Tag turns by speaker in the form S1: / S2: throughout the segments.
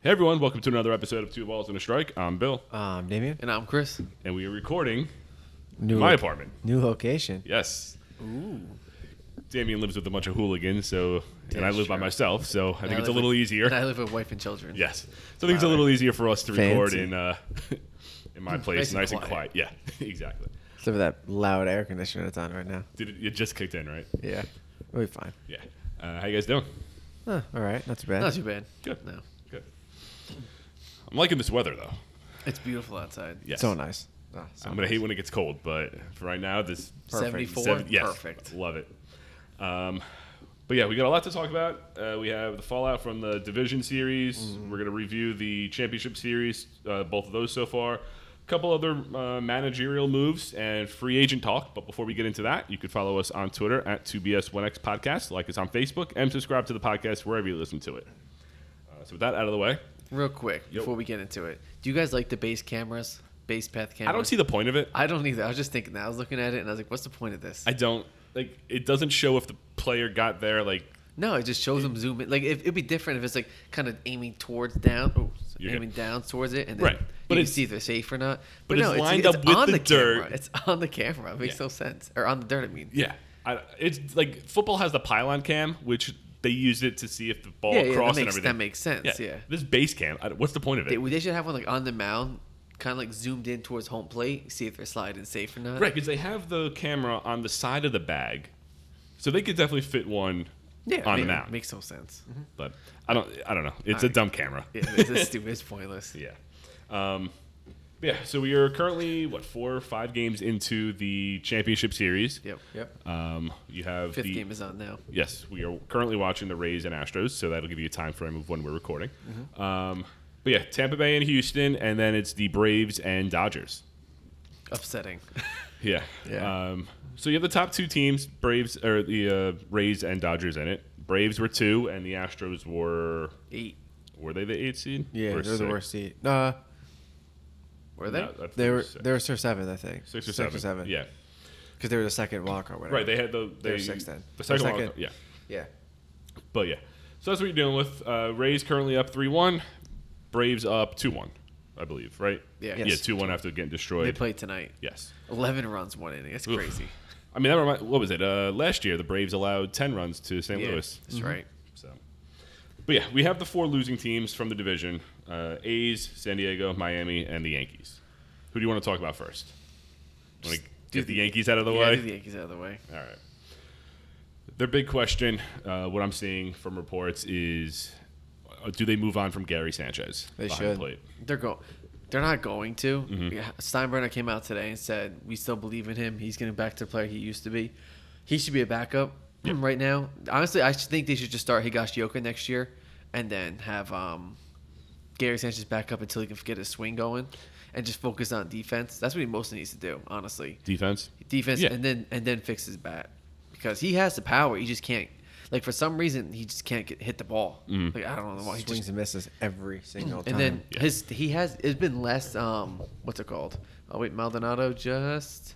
S1: Hey everyone, welcome to another episode of Two Balls and a Strike. I'm Bill,
S2: Um, Damien,
S3: And I'm Chris.
S1: and we are recording
S2: new
S1: in my
S2: lo-
S1: apartment.
S2: new location.
S1: Yes. Ooh. Damien lives with a bunch of hooligans, so and I live by
S3: sure.
S1: myself, so I think
S3: I
S1: it's a
S3: live
S1: little
S3: with-
S1: easier.
S3: And I live with wife and children.
S1: Yes. So I think it's a little easier for us to record
S2: Fancy.
S1: in uh, in my place, nice,
S3: Nice
S1: and,
S3: and
S1: quiet. Yeah, exactly.
S2: Except for that loud air conditioner that's on right now.
S1: Did it, it just kicked in, right?
S2: Yeah, we'll be fine.
S1: Yeah. Uh, how you guys doing?
S2: Huh, all right, not too bad.
S3: Not too bad.
S1: Good.
S3: No.
S1: Good. I'm liking this weather though.
S3: It's beautiful outside.
S1: Yes.
S2: So nice. Ah, so
S1: I'm gonna hate
S2: nice.
S1: when it gets cold, but for right now, this
S3: Perfect. 74?
S1: Seven- yes,
S3: Perfect.
S1: love it. Um, but yeah, we got a lot to talk about. Uh, we have the fallout from the division series. We're gonna review the championship series, uh, both of those so far. A couple other uh, managerial moves and free agent talk. But before we get into that, you could follow us on Twitter at 2BS1X Podcast, like us on Facebook, and subscribe to the podcast wherever you listen to it. Uh, so with that out of the way,
S3: Real quick,
S1: Yo.
S3: before we get into it, do you guys like the base cameras? Base path cameras?
S1: I don't see the point of it.
S3: I don't either. I was just thinking that. I was looking at it and I was like, what's the point of this?
S1: I don't like. It doesn't show if the player got there. Like
S3: no, it just shows them zoom in. Like, if, it'd be different if it's like kind of aiming towards down, oh, so
S1: You're good.
S3: aiming down towards it, and then
S1: Right.
S3: you
S1: But
S3: can
S1: it's-
S3: see if they're safe or not.
S1: but it's lined up with
S3: on
S1: the
S3: camera.
S1: dirt.
S3: It's on the camera. It makes
S1: Yeah.
S3: no sense. Or on the dirt, I mean.
S1: Yeah, I, it's like football has the pylon cam, which they used it to see if the ball
S3: Yeah, yeah, that
S1: crossed and
S3: makes-
S1: everything.
S3: that makes sense, yeah.
S1: this base cam. I, what's the point of it?
S3: They, they should have one like on the mound, kind of like zoomed in towards home plate, see if they're sliding safe or not.
S1: right, because they have the camera on the side of the bag, so they could definitely fit one
S3: Yeah,
S1: on
S3: ma-
S1: the mound.
S3: makes no sense.
S2: Mm-hmm.
S1: but I don't, I don't know. It's a
S3: Alright.
S1: dumb camera.
S3: Yeah, it's just stupid. It's pointless.
S1: Yeah. Um, yeah. So we are currently what four or five games into the championship series.
S3: Yep.
S2: Yep.
S1: Um, you have
S3: Fifth
S1: the,
S3: game is on now.
S1: Yes, we are currently watching the Rays and Astros, so that'll give you a time frame of when we're recording.
S2: Mm-hmm.
S1: Um, but yeah, Tampa Bay and Houston, and then it's the Braves and Dodgers.
S3: Upsetting.
S1: Yeah.
S2: Yeah.
S1: Um, so you have the top two teams, Braves or the uh, Rays and Dodgers in it. Braves were two, and the Astros were
S3: Eight.
S1: were they the eighth seed?
S2: Yeah,
S1: Or
S2: they're the
S1: six?
S2: worst seed. Uh,
S3: Were they?
S1: No, I think
S2: they
S1: it
S2: were
S1: was six.
S2: they were sir seventh, I think.
S1: six or
S2: Six
S1: seven.
S2: or seven.
S1: Yeah.
S2: because they were the second walk or whatever.
S1: Right. They had the they,
S2: They were sixth then.
S1: The
S2: Or
S1: second, one.
S2: second.
S1: Yeah.
S2: yeah.
S1: But yeah, so that's what you're dealing with. Uh, Rays currently up three one, Braves up two one, I believe. Right?
S3: Yeah.
S1: Yeah,
S2: Yes.
S1: two one after getting
S3: They
S1: destroyed.
S3: play tonight.
S1: yes.
S3: Eleven runs, one inning. That's
S1: Oof.
S3: crazy.
S1: I mean, that remind, what was it? Uh, last year, the Braves allowed ten runs to St.
S3: Yeah,
S1: Louis. Mm-hmm.
S3: that's right.
S1: So, but yeah, we have the four losing teams from the division: uh, A's, San Diego, Miami, and the Yankees. Who do you want to talk about first? Want to
S3: do
S1: get the
S3: the-
S1: Yankees out of the
S3: yeah,
S1: way?
S3: do the Yankees out of the way.
S1: All right. Their big question, uh, what I'm seeing from reports, is uh, do they move on from Gary Sanchez?
S2: They
S1: behind the
S2: should.
S1: plate?
S3: They're going. They're not going to. Yeah, Steinbrenner came out today and said we still believe in him. He's getting back to the player he used to be. He should be a backup right now. Honestly, I should think they should just start Higashioka next year and then have um, Gary Sanchez back up until he can get his swing going and just focus on defense. That's what he mostly needs to do, honestly.
S1: Defense?
S3: Defense
S1: Yeah.
S3: and then and then fix his bat because he has the power. He just can't. Like for some reason, he just can't get, hit the ball. Like I don't know why. He
S2: Swings
S3: just
S2: and misses every single time.
S3: and then
S1: Yeah.
S3: his he has it's been less um what's it called? Oh wait, Maldonado just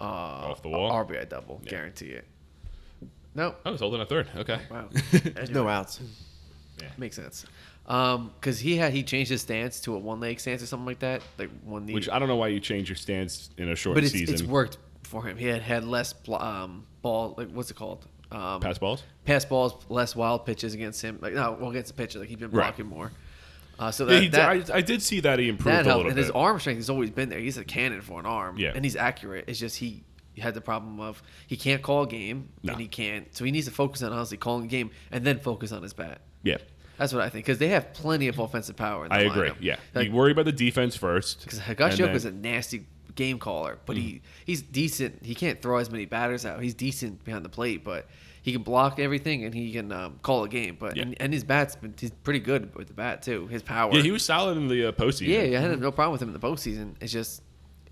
S3: uh off
S1: the wall?
S3: RBI double,
S1: Yeah.
S3: guarantee it. No,
S1: Oh, he's holding a third. Okay.
S3: wow,
S2: there's no outs.
S3: makes sense. Um, because he had he changed his stance to a one leg stance or something like that, like one knee.
S1: Which I don't know why you change your stance in a short
S3: but it's
S1: season.
S3: it's worked for him. He had had less bl- um ball like what's it called um
S1: Pass balls?
S3: pass balls, less wild pitches against him. Like no, well against the pitcher, like he's been
S1: Right.
S3: blocking more. Uh, so that,
S1: Yeah, he-
S3: that
S1: I, I did see that he improved
S3: that
S1: a
S3: helped.
S1: little
S3: And
S1: bit.
S3: his arm strength has always been there. He's a cannon for an arm.
S1: Yeah.
S3: And he's accurate. It's just he had the problem of he can't call a game
S1: No.
S3: and he can't. So he needs to focus on honestly calling a game and then focus on his bat.
S1: yeah.
S3: That's what I think because they have plenty of offensive power. In the
S1: I agree.
S3: lineup.
S1: Yeah.
S3: Like,
S1: you worry about the defense first.
S3: because
S1: and then- Mm.
S3: Higashioka is a nasty game caller, but he he's decent. He can't throw as many batters out. He's decent behind the plate, but he can block everything and he can um, call a game. But
S1: Yeah.
S3: and, and his bat's been he's pretty good with the bat too. His power.
S1: Yeah, he was solid in the uh, postseason.
S3: Yeah, yeah, I had no problem with him in the postseason. It's just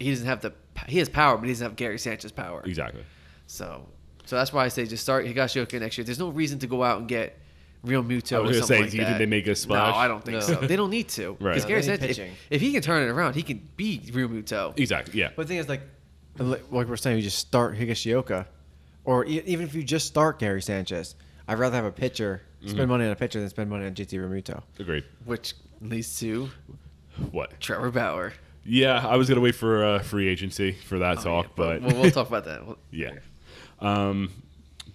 S3: he doesn't have the he has power, but he doesn't have Gary Sanchez power.
S1: Exactly.
S3: So, so that's why I say just start Higashioka next year. There's no reason to go out and get real Muto
S1: I was gonna
S3: or something
S1: say,
S3: like
S1: do you think
S3: that.
S1: they make a splash?
S3: No, I don't think
S2: No.
S3: so. They don't need to.
S1: Right.
S3: Because
S1: No,
S3: Gary
S2: they need
S3: Sanchez, if,
S2: pitching.
S3: if he can turn it around, he can be real Muto.
S1: Exactly. Yeah.
S2: But the thing is, like, like what we're saying, you just start Higashioka, or e- even if you just start Gary Sanchez, I'd rather have a pitcher
S1: Mm-hmm.
S2: Spend money on a pitcher, then spend money on JT Remuto.
S1: Agreed.
S3: which leads to
S1: What?
S3: Trevor Bauer.
S1: Yeah, I was gonna wait for uh, free agency for that talk,
S3: Oh, Yeah,
S1: but
S3: we'll, we'll talk about that. We'll-
S1: yeah. Um,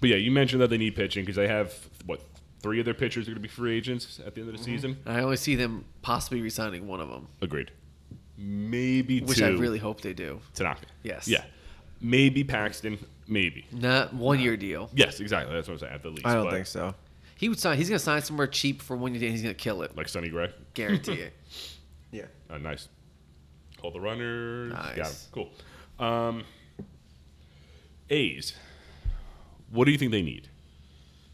S1: but yeah, you mentioned that they need pitching because they have what three of their pitchers are gonna be free agents at the end of the
S3: Mm-hmm.
S1: season.
S3: I only see them possibly resigning one of them,
S1: Agreed. Maybe
S3: which
S1: two.
S3: I really hope they do.
S1: Tanaka.
S3: Yes.
S1: Yeah. Maybe Paxton. Maybe.
S3: Not one year deal.
S1: Yes, exactly. That's what I'm saying. At the least,
S2: I don't
S1: but
S2: think so.
S3: He would sign. He's gonna sign somewhere cheap for one year deal. and He's gonna kill it.
S1: Like Sonny Gray.
S3: Guarantee it.
S2: Yeah.
S1: Uh, nice. Call the runners. Got 'em.
S3: Nice.
S1: Cool. Um, A's. What do you think they need?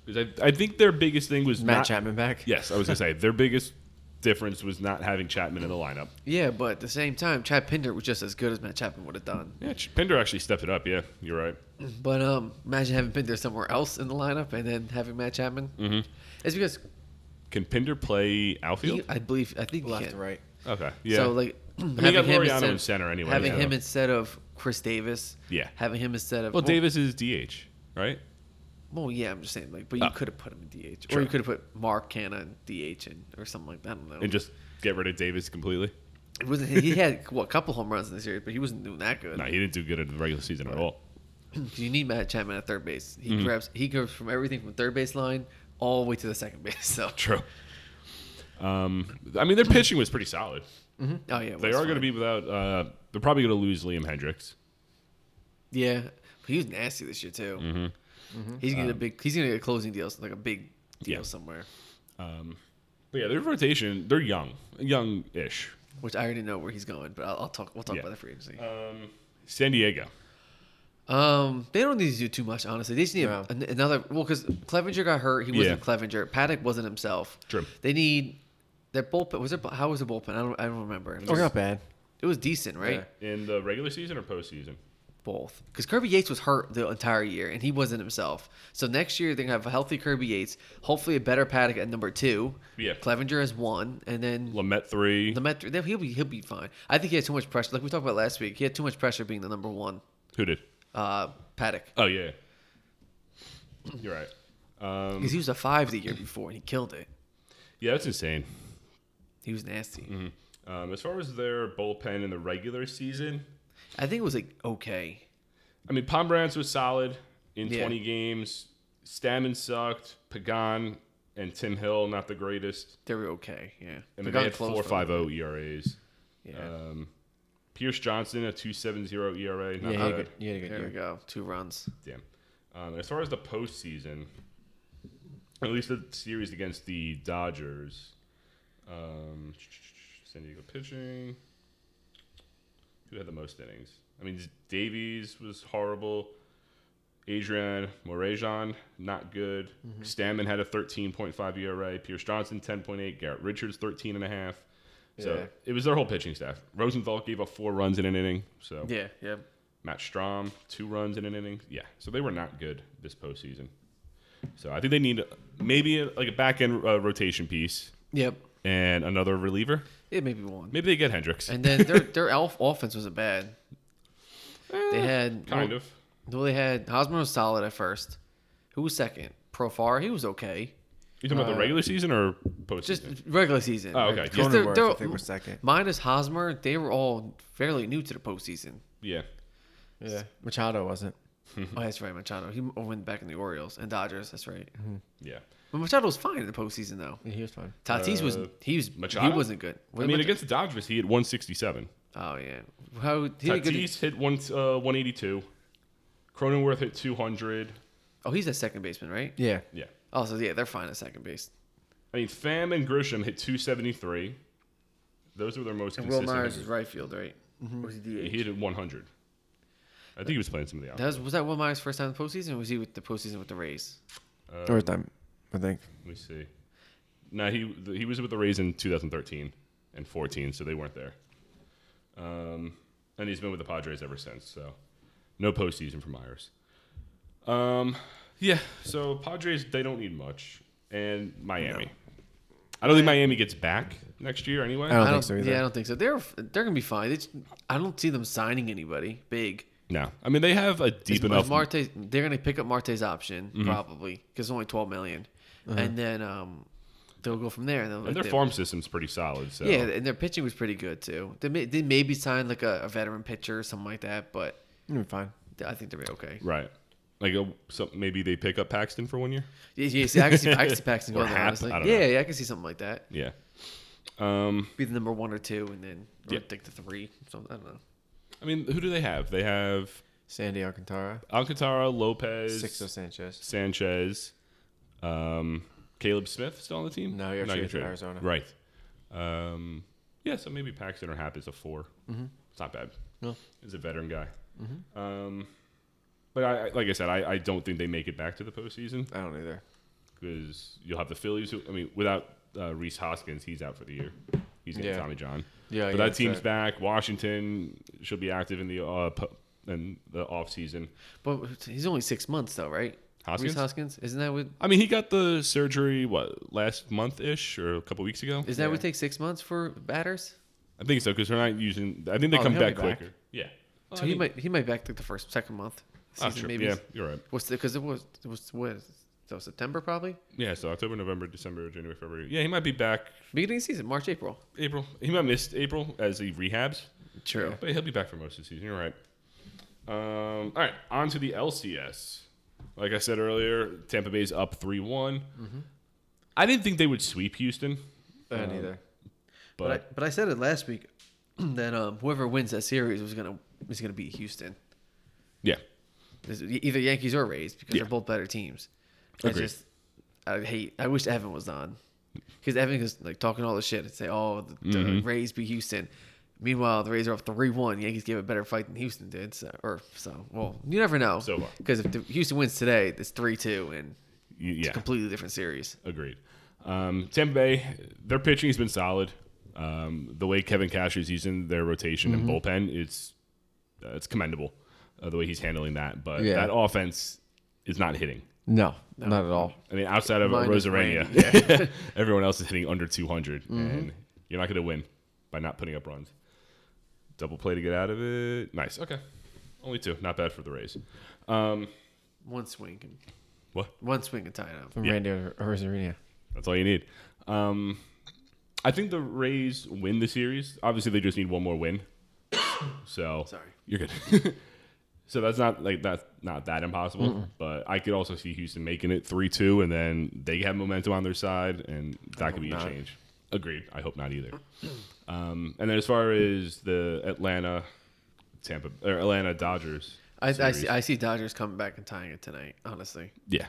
S1: Because I, I think their biggest thing was
S2: Matt
S1: not-
S2: Chapman back.
S1: Yes, I was gonna say their biggest difference was not having Chapman in the lineup.
S3: Yeah, but at the same time, Chad Pinder was just as good as Matt Chapman would have done.
S1: Yeah, Ch- Pinder actually stepped it up. Yeah, you're right.
S2: Mm-hmm.
S3: But um, imagine having Pinder somewhere else in the lineup and then having Matt Chapman. Mm-hmm. It's because
S1: Can Pinder play outfield?
S3: he, I believe I think he
S2: Left
S3: can.
S2: to right.
S1: okay. Yeah.
S3: So like
S1: you got
S3: having him
S1: Laureano
S3: instead,
S1: in center anyway,
S3: Having
S1: so.
S3: him instead of Chris Davis.
S1: Yeah.
S3: Having him instead of
S1: well, Davis is DH, right?
S3: Well, yeah, I'm just saying like, but you
S1: Oh.
S3: could have put him in DH,
S1: Sure.
S3: or you could have put Mark Canna in DH and or something like that. I don't know.
S1: And just get rid of Davis completely.
S3: it wasn't he had what a couple home runs in this series, but he wasn't doing that good.
S1: No, he didn't do good in the regular season at all.
S3: You need Matt Chapman at third base.
S1: Mm-hmm.
S3: He grabs he goes from everything from third base line all the way to the second base. So
S1: True. Um, I mean, their pitching was pretty solid.
S3: oh yeah,
S1: They are going to be without. Uh, they're probably going to lose Liam Hendricks.
S3: yeah. He was nasty this year too. Mm-hmm. He's gonna get a big. He's gonna get a closing deal, like a big deal
S1: Mm-hmm. Um, Yeah.
S3: somewhere.
S1: But yeah, their rotation. They're young, young-ish.
S3: Which I already know where he's going, but I'll, I'll talk. We'll talk
S1: Yeah.
S3: about the free agency.
S2: Uh,
S1: San Diego.
S3: Um, they don't need to do too much, honestly. They just need
S2: No.
S3: an- another. Well, because Clevenger got hurt, he wasn't
S1: Yeah.
S3: Clevenger. Paddock wasn't himself.
S1: True.
S3: They need their bullpen. Was it how was the bullpen? I don't. I don't remember. It
S2: Oh,
S3: was,
S2: not bad.
S3: it was decent, right?
S2: Yeah.
S1: In the regular season or postseason?
S3: Both, because Kirby Yates was hurt the entire year and he wasn't himself. So next year they're gonna have a healthy Kirby Yates, hopefully a better Paddock at number two.
S1: Yeah.
S3: Clevenger is one, and then
S1: Lamet three.
S3: the Met, he'll be he'll be fine. I think he had too much pressure. Like we talked about last week, he had too much pressure being the number one.
S1: Who did?
S3: Uh, Paddock.
S1: Oh yeah. You're right. Um,
S3: Because he was a five the year before and he killed it.
S1: yeah, that's insane.
S3: He was nasty.
S1: Um, as far as their bullpen in the regular season,
S3: I think it was like okay.
S1: I mean, Pomeranz was solid in
S3: Yeah.
S1: 20 games. Stammen sucked. Pagan and Tim Hill not the greatest.
S3: They were okay. Yeah.
S1: And
S3: They
S1: then
S3: got
S1: they had
S3: close
S1: four
S3: though.
S1: five oh zero ERAs.
S3: Yeah.
S1: Um, Pierce Johnson a two seven zero ERA. Not
S2: Yeah, you had a
S1: bad.
S2: good, you had a good
S3: there we
S2: year.
S3: go. Two runs.
S1: Damn. Um, as far as the postseason, at least the series against the Dodgers, um, San Diego pitching. Who had the most innings? I mean, Davies was horrible. Adrian Morejon, not good.
S3: Mm-hmm.
S1: Stammen had a 13.5 ERA. E Pierce Johnson, 10.8. Garrett Richards, 13.5. So
S3: Yeah.
S1: it was their whole pitching staff. Rosenthal gave up four runs in an inning. So
S3: Yeah. Yeah.
S1: Matt Strom, two runs in an inning. Yeah, so they were not good this postseason. So I think they need maybe a, like a back end uh, rotation piece
S3: Yep.
S1: and another reliever.
S3: It maybe one.
S1: Maybe they get Hendricks.
S3: And then their their elf offense wasn't bad.
S1: Eh,
S3: They had
S1: kind of.
S3: Well, they had Hosmer was solid at first. Who was second? Profar. He was okay.
S1: You talking about the regular season or postseason?
S3: uh, Just regular season.
S1: Oh, okay.
S3: 'Cause they're-
S2: Cronenworth,
S3: they're-
S2: I think, was second.
S3: Minus Hosmer, they were all fairly new to the postseason.
S1: yeah.
S2: Yeah. Machado wasn't.
S1: Mm-hmm.
S3: Oh, that's right, Machado. He went back in the Orioles and Dodgers. That's right.
S1: Yeah.
S3: But Machado was fine in the postseason, though.
S2: Yeah, he was fine.
S3: Tatis was
S1: Uh,
S3: he was
S1: Machado?
S3: he wasn't good.
S1: I mean, against the Dodgers, he hit 167.
S3: oh yeah, how he did good.
S1: Tatis hit one, uh, 182. Cronenworth hit 200.
S3: Oh, he's a second baseman, right?
S2: Yeah.
S1: Yeah.
S3: Oh, so yeah, they're fine at second base.
S1: I mean, Pham and Grisham hit 273. Those were their most
S3: And Will
S1: consistent.
S3: Myers is
S1: hitters.
S3: right field, right? Or is he DH?
S1: He hit 100. I think he was playing some of the opposite.
S3: That was, was that Will Myers' first time in the postseason? Or was he with the postseason with the Rays?
S1: Um,
S2: Or time, I think.
S1: Let me see. No, he he was with the Rays in 2013 and 14, so they weren't there. Um, and he's been with the Padres ever since. So no postseason for Myers. Um, yeah. So Padres they don't need much, and Miami. I don't think Miami gets back next year anyway.
S2: I don't, think so either.
S3: Yeah, I don't think so. They're they're gonna be fine. They just, I don't see them signing anybody big.
S1: no, I mean they have a
S3: Is-
S1: deep
S3: is
S1: enough. Mm-hmm.
S3: Marte, they're gonna pick up Marte's option probably because it's only twelve million.
S2: Uh-huh.
S3: and then um, they'll go from there. And, they'll-
S1: And their
S3: they-
S1: farm system's pretty solid. So
S3: yeah, and their pitching was pretty good too. They, may, they maybe signed like a, a veteran pitcher or something like that, but
S2: You'll be fine.
S3: I think they'll be okay.
S1: right. Like a, so maybe they pick up Paxton for one year.
S3: Yeah, yeah see, I can see, I can see Paxton
S1: Or
S3: going there. I
S1: Hap,
S3: was like,
S1: I don't
S3: yeah,
S1: know.
S3: yeah, I can see something like that.
S1: Yeah. Um,
S3: Be the number one or two, and then or
S1: Yeah.
S3: like the three. Something I don't know.
S1: I mean, who do they have? They have
S2: Sandy Alcantara,
S1: Alcantara, Lopez,
S2: Sixto Sanchez.
S1: Sanchez, um, Caleb Smith still on the team.
S2: No, he got
S1: he
S2: traded
S1: got
S2: to Arizona.
S1: Right. Um, yeah, so maybe Paxton or Hap is a 4 It's not bad.
S2: Mm-hmm. No. Mm-hmm.
S1: He's a veteran guy. Um, but I, I- like I said, I, I don't think they make it back to the postseason
S2: I don't either.
S1: because you'll have the Phillies. Who, I mean, without uh, Reese Hoskins, he's out for the year. He's getting
S2: Yeah.
S1: Tommy John.
S2: Yeah,
S1: but
S2: uh, yeah,
S1: that
S2: that's
S1: team's
S2: right.
S1: back. Washington should be active in the uh, po- in the off season.
S3: But he's only six months though, right?
S1: Hoskins?
S3: Reese Hoskins, isn't that what?
S1: I mean, he got the surgery what last month ish or a couple weeks ago.
S3: Isn't that what takes six months for batters?
S1: I think so because they're not using. I think they
S2: Oh,
S1: come
S2: he'll be
S1: back
S2: back.
S1: quicker. Yeah.
S3: So he might he might back like the first second month
S1: Oh,
S3: season
S1: sure.
S3: maybe.
S1: Yeah, you're right.
S3: What's because it was it was what so September probably
S1: Yeah, so October, November, December, January, February. Yeah, he might be back
S3: beginning of season March April.
S1: April. He might miss April as he rehabs,
S3: True.
S1: but he'll be back for most of the season. You're right. Um, all right, on to the LCS. Like I said earlier, Tampa Bay's up three one.
S3: Mm-hmm.
S1: I didn't think they would sweep Houston,
S2: I don't either.
S1: but
S3: But I, but I said it last week that um, whoever wins that series was gonna is gonna beat Houston,
S1: yeah,
S3: It's e, either Yankees or Rays because
S1: Yeah.
S3: they're both better teams.
S1: Agreed.
S3: I just I hate. I wish Evan was on because Evan was like talking all this shit and say, "Oh, the, the
S1: Mm-hmm.
S3: Rays beat Houston." Meanwhile, the Rays are up three one. Yankees gave a better fight than Houston did. So, or so. Well, you never know.
S1: So far.
S3: because if the, Houston wins today, it's three two and
S1: Y- yeah.
S3: completely different series.
S1: Agreed. Um, Tampa Bay, their pitching has been solid. Um, the way Kevin Cash is using their rotation and bullpen, it's uh, it's commendable. Uh, the way he's handling that, but
S2: Yeah.
S1: that offense is not hitting.
S2: No, not at all.
S1: I mean, outside of
S3: Mine is
S1: Rosarania, everyone else is hitting under 200, and you're not going to win by not putting up runs. Double play to get out of it. Nice. Okay, only two. Not bad for the Rays. Um,
S3: One swing and
S1: what?
S3: one swing and tie it up.
S2: From
S1: Yeah.
S2: Randy Rosarina.
S1: That's all you need. Um, I think the Rays win the series. Obviously, they just need one more win. So
S3: Sorry.
S1: you're good. so that's not like that's not that impossible. But I could also see Houston making it three two, and then they have momentum on their side, and that could be a change. Agreed. I hope not either. um, and then as far as the Atlanta, Tampa or Atlanta Dodgers,
S3: I, I
S1: series,
S3: see. I see Dodgers coming back and tying it tonight. Honestly,
S1: yeah.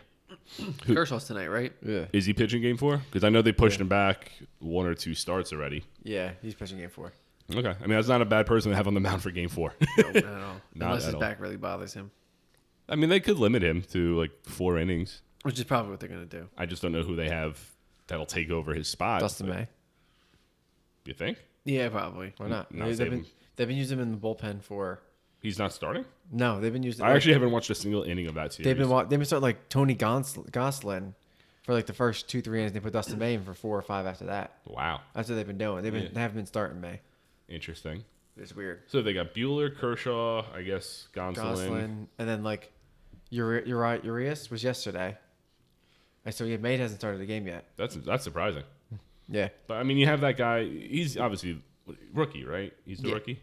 S3: Kershaw's tonight, right?
S2: Yeah.
S1: Is he pitching game four? Because I know they pushed him back one or two starts already.
S2: Yeah, he's pitching game four.
S1: Okay. I mean, that's not a bad person to have on the mound for game four.
S3: No, not at all.
S1: Not
S3: Unless
S1: at
S3: his
S1: all.
S3: back really bothers him,
S1: I mean, they could limit him to like four innings.
S3: which is probably what they're gonna do.
S1: I just don't know who they have that'll take over his spot.
S2: Dustin May.
S1: You think?
S3: Yeah, probably.
S2: Why not?
S1: Not
S2: They-
S1: save
S2: they've, been,
S1: him.
S2: they've been using him in the bullpen for.
S1: He's not starting?
S2: No, they've been using.
S1: I actually haven't watched a single inning of that series.
S2: They've been wa- they've been starting like Tony Gons- Gonsolin for like the first two three innings. They put Dustin May in for four or five after that.
S1: wow.
S2: That's what they've been doing. They've been
S1: Yeah.
S2: they haven't been starting May.
S1: Interesting.
S3: It's weird.
S1: So they got Bueller, Kershaw, I guess Gonsolin.
S2: Gonsolin and then like Uri- Uri- Urias was yesterday. And so yeah, May hasn't started the game yet.
S1: That's that's surprising.
S2: Yeah,
S1: But I mean, you have that guy. He's obviously rookie, right? He's the
S3: Yeah.
S1: rookie.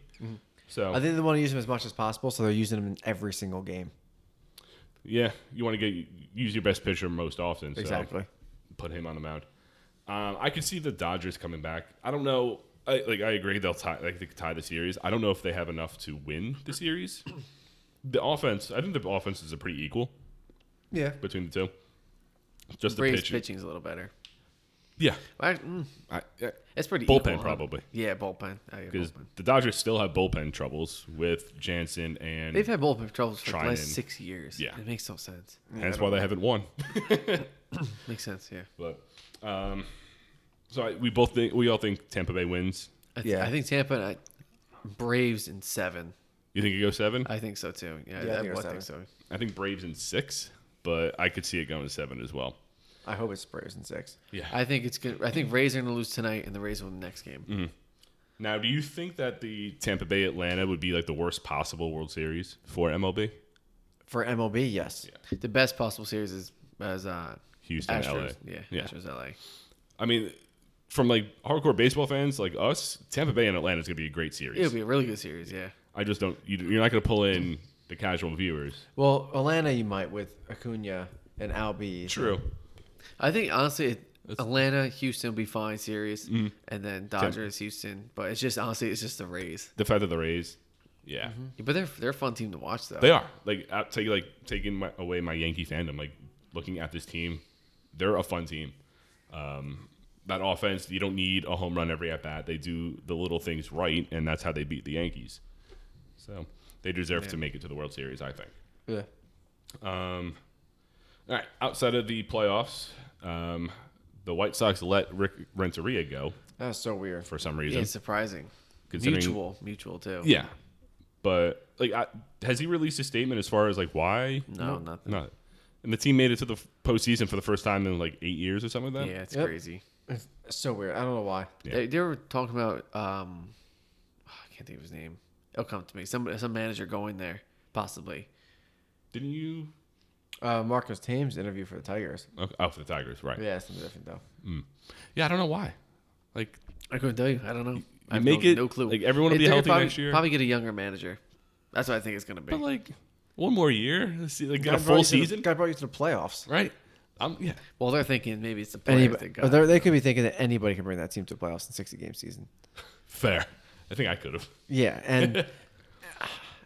S1: So
S2: Mm-hmm. I think they want to use him as much as possible, so they're using him in every single game.
S1: yeah, you want to get use your best pitcher most often. So.
S2: Exactly.
S1: put him on the mound. Um, I could see the Dodgers coming back. I don't know. I, like I agree, they'll tie like they could tie the series. I don't know if they have enough to win the series. The offense, I think the offenses are pretty equal
S2: Yeah.
S1: between the two. Just the
S3: Rays
S1: pitching.
S3: pitching's a little better.
S1: yeah,
S3: I, mm,
S1: I,
S3: it's pretty
S1: Bullpen,
S3: equal, huh?
S1: probably.
S3: Yeah, bullpen. I get
S1: because
S3: bullpen.
S1: the Dodgers still have bullpen troubles with Jansen, and
S3: They've had bullpen troubles for the
S1: Trying
S3: last
S1: and-
S3: six years.
S1: Yeah.
S3: it makes no sense.
S1: that's why they haven't won.
S3: Makes sense. Yeah,
S1: But um, so I, we both think we all think Tampa Bay wins.
S3: I, th-
S2: Yeah.
S3: I think Tampa and I, Braves in seven.
S1: You think it goes seven? I,
S3: I think so too. Yeah,
S2: Yeah, I
S3: I,
S2: think it was
S3: I think so.
S2: seven.
S1: think Braves in six, but I could see it going to seven as well.
S2: I hope it's Braves in six.
S1: Yeah,
S3: I think it's good. I think Rays are gonna lose tonight, and the Rays will win the next game.
S1: Mm-hmm. Now, do you think that the Tampa Bay Atlanta would be like the worst possible World Series for MLB?
S2: For MLB, yes.
S1: Yeah.
S3: The best possible series is as uh,
S1: Houston,
S3: Astros.
S1: LA.
S3: Yeah,
S1: yeah.
S3: Astros LA.
S1: I mean, from like hardcore baseball fans like us, Tampa Bay and Atlanta is going to be a great series.
S3: It'll be a really good series. Yeah.
S1: I just don't. You, you're not going to pull in the casual viewers.
S2: Well, Atlanta, you might with Acuna and Albies.
S1: True.
S3: I think honestly, it, Atlanta, Houston will be fine series, and then Dodgers, Houston. But it's just honestly, it's just the Rays.
S1: The fact that the Rays, yeah,
S3: But they're they're a fun team to watch though.
S1: they are like out, take, like taking my, away my Yankee fandom. Like looking at this team, they're a fun team. Um, that offense, you don't need a home run every at bat. They do the little things right, and that's how they beat the Yankees. So they deserve to make it to the World Series, I think.
S2: Yeah.
S1: Um, all right. Outside of the playoffs, um, the White Sox let Rick Renteria go
S2: That was so weird.
S1: for some
S3: Yeah,
S1: reason.
S3: it's surprising.
S1: Considering-
S3: mutual, mutual too.
S1: Yeah, but like, I, has he released a statement as far as like why?
S3: No, nothing.
S1: Not. And the team made it to the f- postseason for the first time in like eight years or something like that.
S3: Yeah, it's
S2: Yep.
S3: crazy.
S2: It's so weird. I don't know why.
S1: Yeah.
S3: They, they were talking about um, I can't think of his name. It'll come to me. Some some manager going there possibly.
S1: Didn't you?
S2: Uh, Marcus Thames interview for the Tigers.
S1: Okay. Oh, for the Tigers, right? Yeah.
S2: Yeah, something different though.
S1: I don't know why. Like,
S3: I couldn't tell you. I don't know. I have
S1: make
S3: no,
S1: it-
S3: no clue.
S1: like, everyone will be
S3: They're
S1: healthy
S3: probably,
S1: next year.
S3: Probably get a younger manager. That's what I think it's gonna be.
S1: but like one more year, Let's see, like a
S2: Guy brought you
S1: full
S2: to the-
S1: season,
S2: guy brought you to the playoffs.
S1: right? Um, yeah.
S3: well, they're thinking maybe it's the players
S2: Anybody,
S3: they
S2: but
S3: got.
S2: they're- they could be thinking that anybody can bring that team to the playoffs in 60 game season.
S1: Fair. I think I could have.
S2: Yeah, and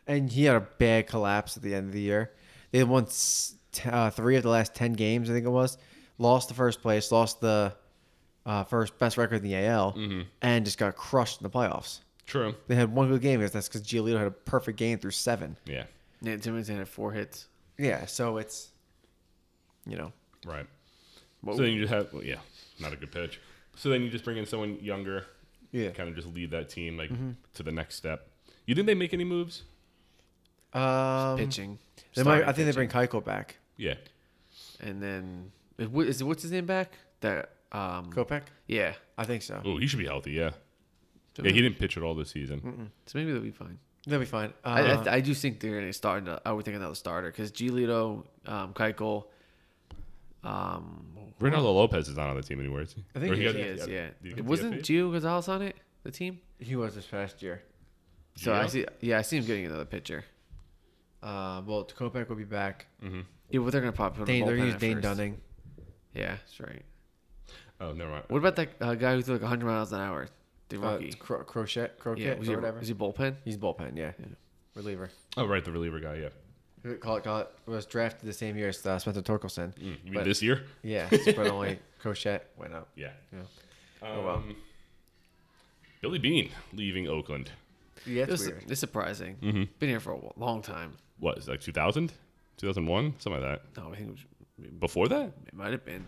S2: and he had a bad collapse at the end of the year. They won s- t- uh, three of the last ten games, I think it was. Lost the first place, lost the uh, first best record in the AL,
S1: Mm-hmm.
S2: and just got crushed in the playoffs.
S1: True.
S2: They had one good game because that's because Giolito had a perfect game through seven.
S1: Yeah.
S3: Nate Timmons had four hits.
S2: Yeah, so it's you know
S1: Right. So then you just have, well, yeah, not a good pitch. So then you just bring in someone younger,
S2: yeah.
S1: kind of just lead that team like to the next step. You think they make any moves?
S2: Um,
S3: pitching.
S2: they might. I
S3: starting
S2: think they bring
S3: pitching.
S2: Keiko back.
S1: Yeah.
S3: And then is- wh- is what's his name back? That um.
S2: Kopech,
S3: Yeah.
S2: I think so.
S3: Mm.
S1: Oh, he should be healthy. Yeah.
S3: So,
S1: Yeah, he didn't pitch at all this season.
S3: so maybe they'll be fine.
S2: They'll be fine. Uh,
S3: I, I, I do think they're going to start. ano- I would think another starter because Giolito, um, Keuchel, um,
S1: Ronaldo Lopez is not on the team anymore, is he?
S2: I think
S1: Or
S2: he
S1: got-
S3: he is. Yeah,
S1: did he get
S3: wasn't
S1: DFA'd?
S3: Gio Gonzalez on it? The team.
S2: he was this past year.
S3: So I
S1: Gio?
S3: see. Yeah, I see him getting another pitcher.
S2: Uh, well, Kopech will be back.
S3: Yeah, but they're going to probably put him
S2: Dane,
S3: in the
S2: they're
S3: bullpen
S2: gonna use
S3: at
S2: Dane
S3: first.
S2: Dunning.
S3: Yeah, that's right.
S1: Oh, never mind.
S3: What about that uh, guy who threw like 100 miles an hour? The
S2: Uh,
S3: rookie.
S2: it's cro- crochet, croquet,
S3: yeah, was he,
S2: or whatever.
S3: was he bullpen?
S2: He's bullpen, yeah. reliever.
S1: Oh, right, the reliever guy. Yeah.
S2: Call it, call it. Was drafted the same year as uh, Spencer Torkelson.
S3: Mm.
S1: You mean
S2: But-
S1: this year?
S2: Yeah, but only crochet went up.
S1: Yeah.
S2: Yeah,
S1: oh,
S2: well.
S3: Um,
S1: Billy Bean leaving Oakland.
S2: yeah
S3: It's,
S2: it's weird.
S3: it's surprising. Been here for a wa- long time.
S1: What is it, like 2000? 2001? Something like
S3: No, I think it, was,
S1: that. Before that?
S3: it might have been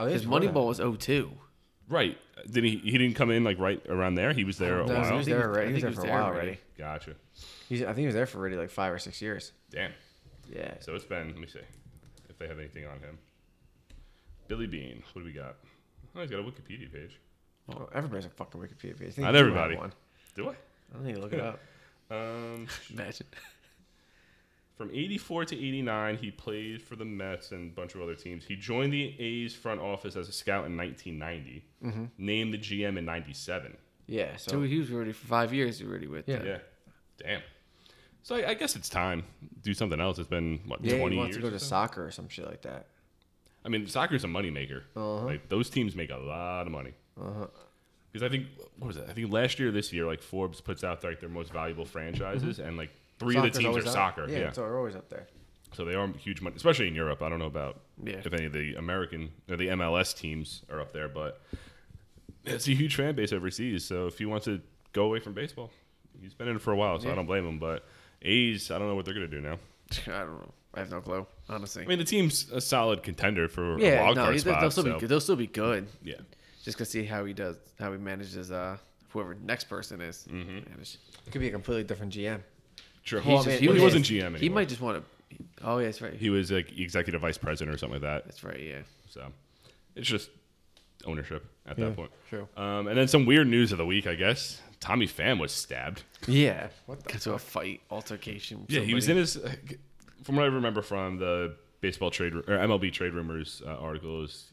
S2: Oh,
S3: because Moneyball was 02.
S1: Right. Did he? He didn't come in like right around there. He was there a
S2: No, he
S1: while.
S2: Oh, was
S3: I think
S2: there
S3: he- I
S2: already. He was
S3: think
S2: there for
S3: he was
S2: a
S3: there
S2: while
S3: already.
S2: already.
S1: Gotcha.
S2: He's, I think he was there for already like five or six years.
S1: Damn.
S2: Yeah.
S1: So it's been. Let me see if they have anything on him. Billy Bean. What do we got? Oh, he's got a Wikipedia page.
S2: Oh, everybody's a fucking Wikipedia page. I think
S1: Not
S2: you have
S1: everybody.
S2: one.
S1: Do
S2: I don't need to look it up.
S1: I? Um,
S3: Imagine.
S1: from '84 to '89, he played for the Mets and a bunch of other teams. He joined the A's front office as a scout in 1990.
S2: Mm-hmm.
S1: Named the GM in '97.
S2: Yeah.
S3: So
S2: So
S3: he was already for five years already with
S2: Yeah.
S3: them.
S1: Yeah. Damn. So I, I guess it's time to do something else. It's been what
S2: yeah, he
S1: 20
S2: wants
S1: years.
S2: to go
S1: or
S2: to
S1: so?
S2: soccer or some shit like that.
S1: I mean, soccer's a moneymaker.
S2: Uh-huh.
S1: Like those teams make a lot of money. Because I think what was it? I think last year, this year, like Forbes puts out like their most valuable franchises, and like three of
S2: Mm-hmm. Soccer's
S1: the teams are
S2: always up.
S1: soccer.
S2: Yeah,
S1: Yeah,
S2: so they're always up there.
S1: so they are huge money, especially in Europe. I don't know about
S3: Yeah.
S1: if any of the American or the MLS teams are up there, but it's a huge fan base overseas. So if he wants to go away from baseball, he's been in it for a while, so I don't blame him. But A's, I don't know what they're gonna do now.
S3: I don't know. I have no clue, honestly.
S1: I mean, the team's a solid contender for a
S3: yeah,
S1: wild
S3: no,
S1: card
S3: he-
S1: spot.
S3: they'll still
S1: so-
S3: be good. They'll still be good.
S1: Yeah.
S3: Just gonna see how he does, how he manages uh whoever next person is. Manage.
S2: It could be a completely different GM.
S1: Sure.
S2: He's
S1: Well,
S2: just-
S1: he,
S2: he was-
S1: wasn't GM anymore.
S3: He might just want to. Oh yeah, that's right.
S1: He was like executive vice president or something like that.
S3: that's right. Yeah.
S1: So it's just ownership at that point.
S2: true.
S1: Um, and then some weird news of the week, I guess. Tommy Pham was stabbed.
S2: Yeah. What the?
S3: Got to a fight altercation. with
S1: Yeah, he was in uh,
S3: somebody.
S1: his. From what I remember from the baseball trade or MLB trade rumors uh, article is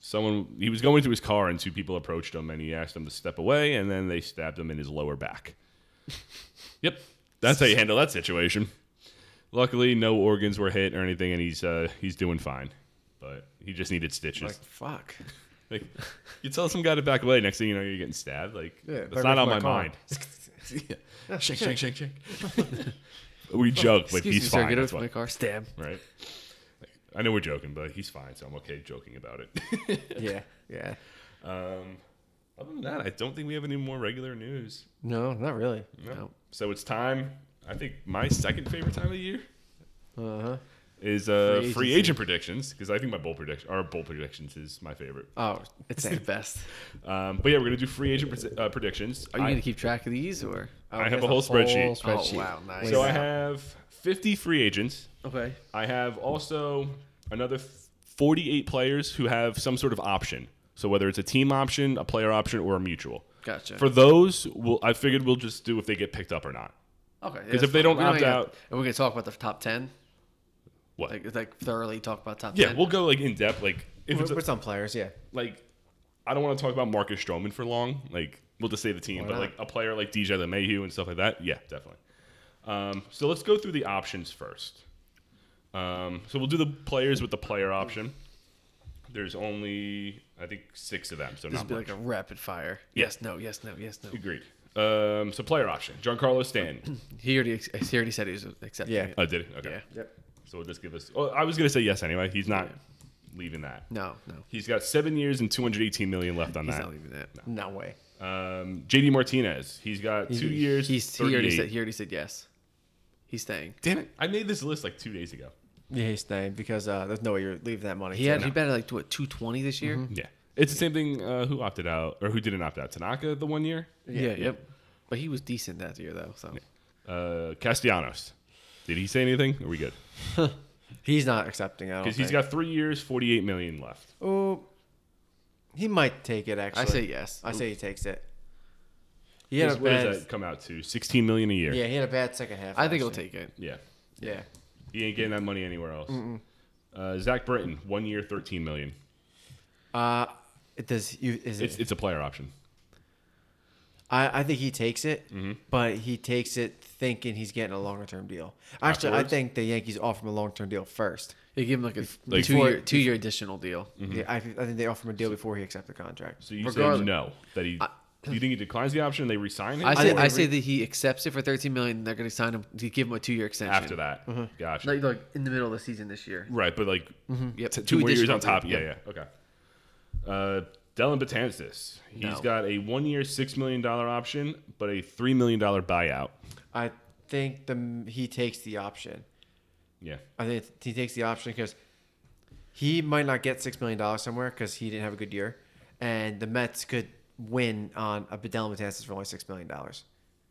S1: someone he was going to his car and two people approached him and he asked them to step away and then they stabbed him in his lower back. yep, that's how you handle that situation. Luckily, no organs were hit or anything, and he's uh, he's doing fine. But he just needed
S3: Like
S1: stitches.
S3: fuck.
S1: Like, you tell some guy to back away. Next thing you know, you're getting stabbed. Like
S2: Yeah,
S1: that's
S2: back
S1: not
S2: away
S1: on
S2: from
S1: my
S2: my car.
S1: mind.
S3: Shake, shake, shake, shake.
S1: We joke, but
S3: Excuse
S1: he's
S3: me,
S1: fine.
S3: sir. Get
S1: that's
S3: out of my
S1: what-
S3: car. Stab.
S1: right? I know we're joking, but he's fine, so I'm okay joking about it.
S2: yeah, yeah.
S1: um, other than that, I don't think we have any more regular news.
S2: No, not really.
S1: No.
S3: No.
S1: So it's time. I think my second favorite time of the year
S2: Uh huh.
S1: is uh, Uh-huh. free,
S3: Free
S1: agent predictions because I think my bowl prediction, our bowl predictions, is my favorite.
S2: Oh,
S3: It's
S2: same.
S3: the best.
S1: Um, but yeah, we're gonna do free agent pre- uh, predictions.
S3: Are you
S1: I-
S3: gonna keep track of these or?
S2: Oh,
S1: I have
S2: there's
S1: a whole spreadsheet.
S2: spreadsheet.
S3: Oh, wow, nice.
S1: so I have 50 free agents.
S3: Okay.
S1: I have also another f- 48 players who have some sort of option. So whether it's a team option, a player option, or a mutual.
S3: Gotcha.
S1: For those, we'll, I figured we'll just do if they get picked up or not.
S3: okay.
S1: if they don't opt out-
S3: and we're gonna talk about the top ten.
S1: What?
S3: Like, like thoroughly talk about top
S1: yeah,
S3: ten.
S1: we'll go like in depth. Like if it's a,
S2: We're, we're some players, yeah.
S1: like, I don't want to talk about Marcus Stroman for long. Like we'll just say the team, but
S3: not?
S1: like a player like DJ LeMahieu and stuff like that. Yeah, definitely. Um, so let's go through the options first. Um, so we'll do the players with the player option. There's only I think six of them. So
S3: This
S1: not
S3: would be
S1: much.
S3: like a rapid fire.
S1: Yeah.
S3: Yes. No. Yes. No. Yes. No.
S1: Agreed. Um, so player option, Giancarlo Stanton.
S3: He already. ex- He already said he was accepting.
S2: Yeah.
S3: It.
S1: I did it. Okay.
S3: Yeah.
S2: Yep.
S1: So we'll just give us. Oh, I was gonna say yes anyway. He's not leaving that.
S3: No. No.
S1: He's got seven years and 218 million left on
S3: He's
S1: that.
S3: not leaving that.
S2: No way.
S1: Um, JD Martinez. He's got two years.
S3: He's. He already
S1: 38.
S3: said. He already said yes. He's staying.
S1: Damn it! I made this list like two days ago.
S2: Yeah, he's staying because uh, there's no way you're leaving that money.
S3: He
S2: to-
S3: had. He batted like what two twenty this year.
S1: Yeah, it's the same thing. Uh, who opted out or who didn't opt out? Tanaka the one year.
S3: Yeah, Yep. But he was decent that year though. So.
S1: Uh, Castellanos. Did he say anything? Are we good?
S2: he's not accepting. I don't
S1: Because he's
S2: think.
S1: got three years, 48 million left.
S2: Oh, he might take it. Actually,
S3: I say yes.
S2: I say he takes it. He had
S1: What
S2: a
S1: does
S2: bad.
S1: that come out to? 16 million a year.
S2: Yeah, he had a bad second half.
S3: I think he'll
S2: last year.
S3: take it.
S1: Yeah.
S2: Yeah.
S1: He ain't getting that money anywhere else. Uh, Zach Britton, one year, 13 million.
S2: Uh, it does. You is
S1: It's
S2: it?
S1: it's a player option.
S2: I, I think he takes it,
S1: Mm-hmm.
S2: but he takes it thinking he's getting a longer term deal. Actually, I
S1: Afterwards?
S2: think the Yankees offer him a long term deal first.
S3: They give him like a
S1: Like- Mm-hmm.
S3: two
S1: Before-
S3: year two year additional deal.
S2: Yeah, I, I think they offer him a deal before he accepts the contract.
S1: So you say
S3: Regardless-
S1: no that he. do you think he declines the option and they resign him
S3: I say
S2: think
S3: I,
S2: they
S3: say
S2: re-
S3: that he accepts it for thirteen million. They're going to sign him to give him a two year extension
S1: after that? Gotcha.
S3: Mm-hmm. Like, like in the middle of the season this year.
S1: right, but like
S3: Yep.
S1: t- two, more years
S3: additional
S1: on top.
S3: deal.
S1: Yeah, yeah. Okay. Uh, Dylan Batansis. He's
S3: No.
S1: got a one year, $6 million option, but a $3 million buyout.
S2: I think the he takes the option.
S1: Yeah.
S2: I think he takes the option because he might not get six million dollars somewhere because he didn't have a good year, and the Mets could win on a Dylan Betances for only six million dollars.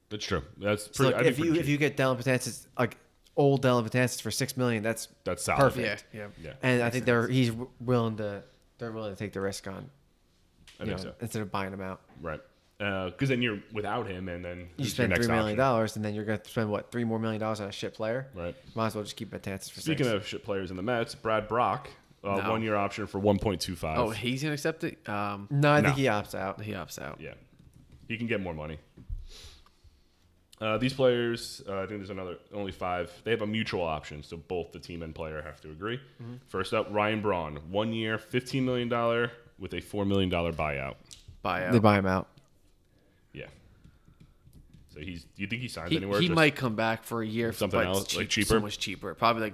S1: That's true. That's
S2: So
S1: pretty.
S2: like,
S1: I think
S2: if you
S1: pretty
S2: if
S1: cheap.
S2: you get Dylan Betances like old Dylan Betances for six million, that's
S1: That's solid.
S2: perfect.
S3: Yeah, yeah.
S1: Yeah.
S2: And I think they're he's w- willing to they're willing to take the risk on
S1: I
S2: you know,
S1: think so.
S2: instead of buying him out.
S1: Right. Because then you're without him, and then
S2: You
S1: who's your
S2: spend
S1: next
S2: three million
S1: option?
S2: dollars, and then you're going to spend what three more million dollars on a shit player.
S1: Right.
S2: Might as well just keep Betances for
S1: Speaking
S2: six.
S1: of shit players in the Mets, Brad Brock, uh,
S3: No.
S1: one year option for 1.25.
S3: Oh, he's going to accept it. Um,
S2: no, I
S1: No.
S2: think he opts out.
S3: he opts out.
S1: Yeah. He can get more money. Uh, these players, uh, I think there's another only five. They have a mutual option, so both the team and player have to agree.
S3: Mm-hmm.
S1: First up, Ryan Braun, one year, fifteen million dollar with a four million dollar buyout.
S3: Buyout.
S2: They buy him out.
S1: Yeah. So he's. Do you think he signs
S3: he,
S1: anywhere?
S3: he
S1: Just-
S3: might come back for a year.
S1: Something
S3: but
S1: else,
S3: it's
S1: like
S3: cheap-
S1: cheaper?
S3: So much cheaper. Probably like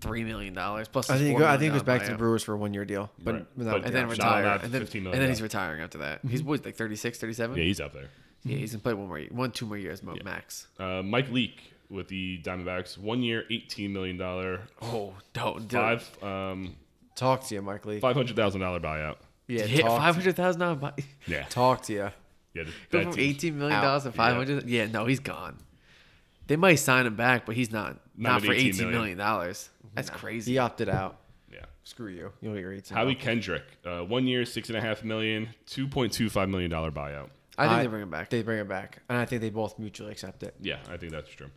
S3: three million dollars plus.
S2: I
S3: his
S2: think
S3: $4
S2: he go, I
S3: million
S2: think he goes back to the
S3: buyout.
S2: Brewers for one year deal, but
S1: Right.
S2: without
S1: But-
S2: the
S3: and then
S2: option.
S1: Not allowed
S3: retire,
S1: to
S3: and then,
S1: $15 million
S3: and then he's retiring after that. He's what, like 36, 37?
S1: Yeah, he's up there.
S3: Yeah, he's gonna play one more, year- one, two more years mo- max.
S1: Uh, Mike Leake with the Diamondbacks, one year, eighteen million dollar,
S3: Oh, don't do
S1: five um,
S2: talk to you, Mike Lee.
S1: five hundred thousand dollar buyout.
S2: Yeah,
S3: hit
S2: talk,
S3: five hundred thousand dollars.
S1: Yeah,
S2: talk to you.
S1: yeah.
S3: Go
S1: that
S3: from
S1: team's
S3: eighteen million
S2: out.
S3: dollars to five hundred. Yeah. no, he's gone. They might sign him back, but he's not
S1: Not
S3: not,
S1: at
S3: for
S1: 18
S3: eighteen
S1: million.
S3: million dollars. That's crazy.
S2: He opted out.
S1: Yeah.
S2: Screw you. You'll get your eighteen.
S1: Howie Kendrick, uh, one year, six and a half million, two point two five million dollar buyout.
S3: I think they bring him back.
S2: They bring him back, and I think they both mutually accept it.
S1: Yeah, I think that's true.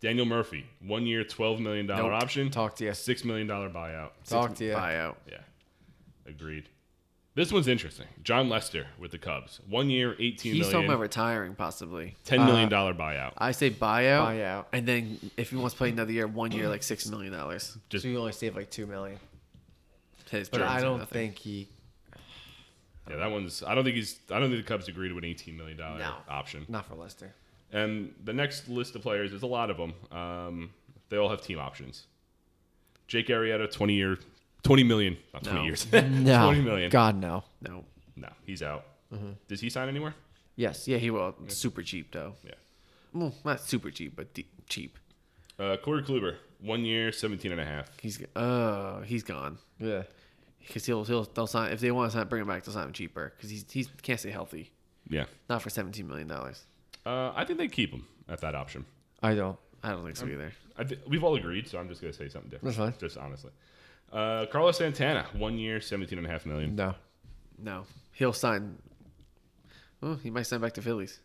S1: Daniel Murphy, one year, twelve million dollar
S3: Nope.
S1: option,
S2: Talk to you.
S1: six million dollar buyout.
S2: Talk to you.
S3: Buyout.
S1: Yeah, agreed. This one's interesting. John Lester with the Cubs, one year, eighteen
S3: He's
S1: million,
S3: talking about Uh, retiring, possibly.
S1: ten million dollar buyout.
S3: I say buyout,
S2: Buyout.
S3: and then if he wants to play another year, one year, like six million dollars.
S1: Just
S2: so you only save like two million.
S3: His
S2: But
S3: terms
S2: I
S3: are
S2: don't
S3: nothing.
S2: think he.
S1: yeah, that one's. I don't think he's. I don't think the Cubs agree to an eighteen million dollar
S2: No.
S1: option.
S2: Not for Lester.
S1: And the next list of players, there's a lot of them. Um, they all have team options. Jake Arrieta, 20 year, 20 million, not 20
S3: No.
S1: years.
S2: No.
S1: 20 million.
S2: God no.
S3: No.
S1: No, he's out. Does he sign anywhere?
S2: Yes.
S3: Yeah, he will. Super cheap though.
S1: Yeah.
S3: Well, not super cheap, but de- cheap.
S1: Uh, Corey Kluber, one year, 17 and a half.
S3: He's uh he's gone
S2: Yeah.
S3: because he'll he'll they'll sign if they want to sign bring him back they'll sign him cheaper because he's he can't stay healthy
S1: Yeah.
S3: not for seventeen million dollars.
S1: Uh, I think they keep him at that option.
S2: I don't.
S3: I don't think so
S1: Um,
S3: either.
S1: I th- we've all agreed, so I'm just going to say something different.
S2: That's fine.
S1: Just honestly. Uh, Carlos Santana, one year, 17 and a half million.
S2: No.
S3: No, he'll sign. Well, he might sign back to Phillies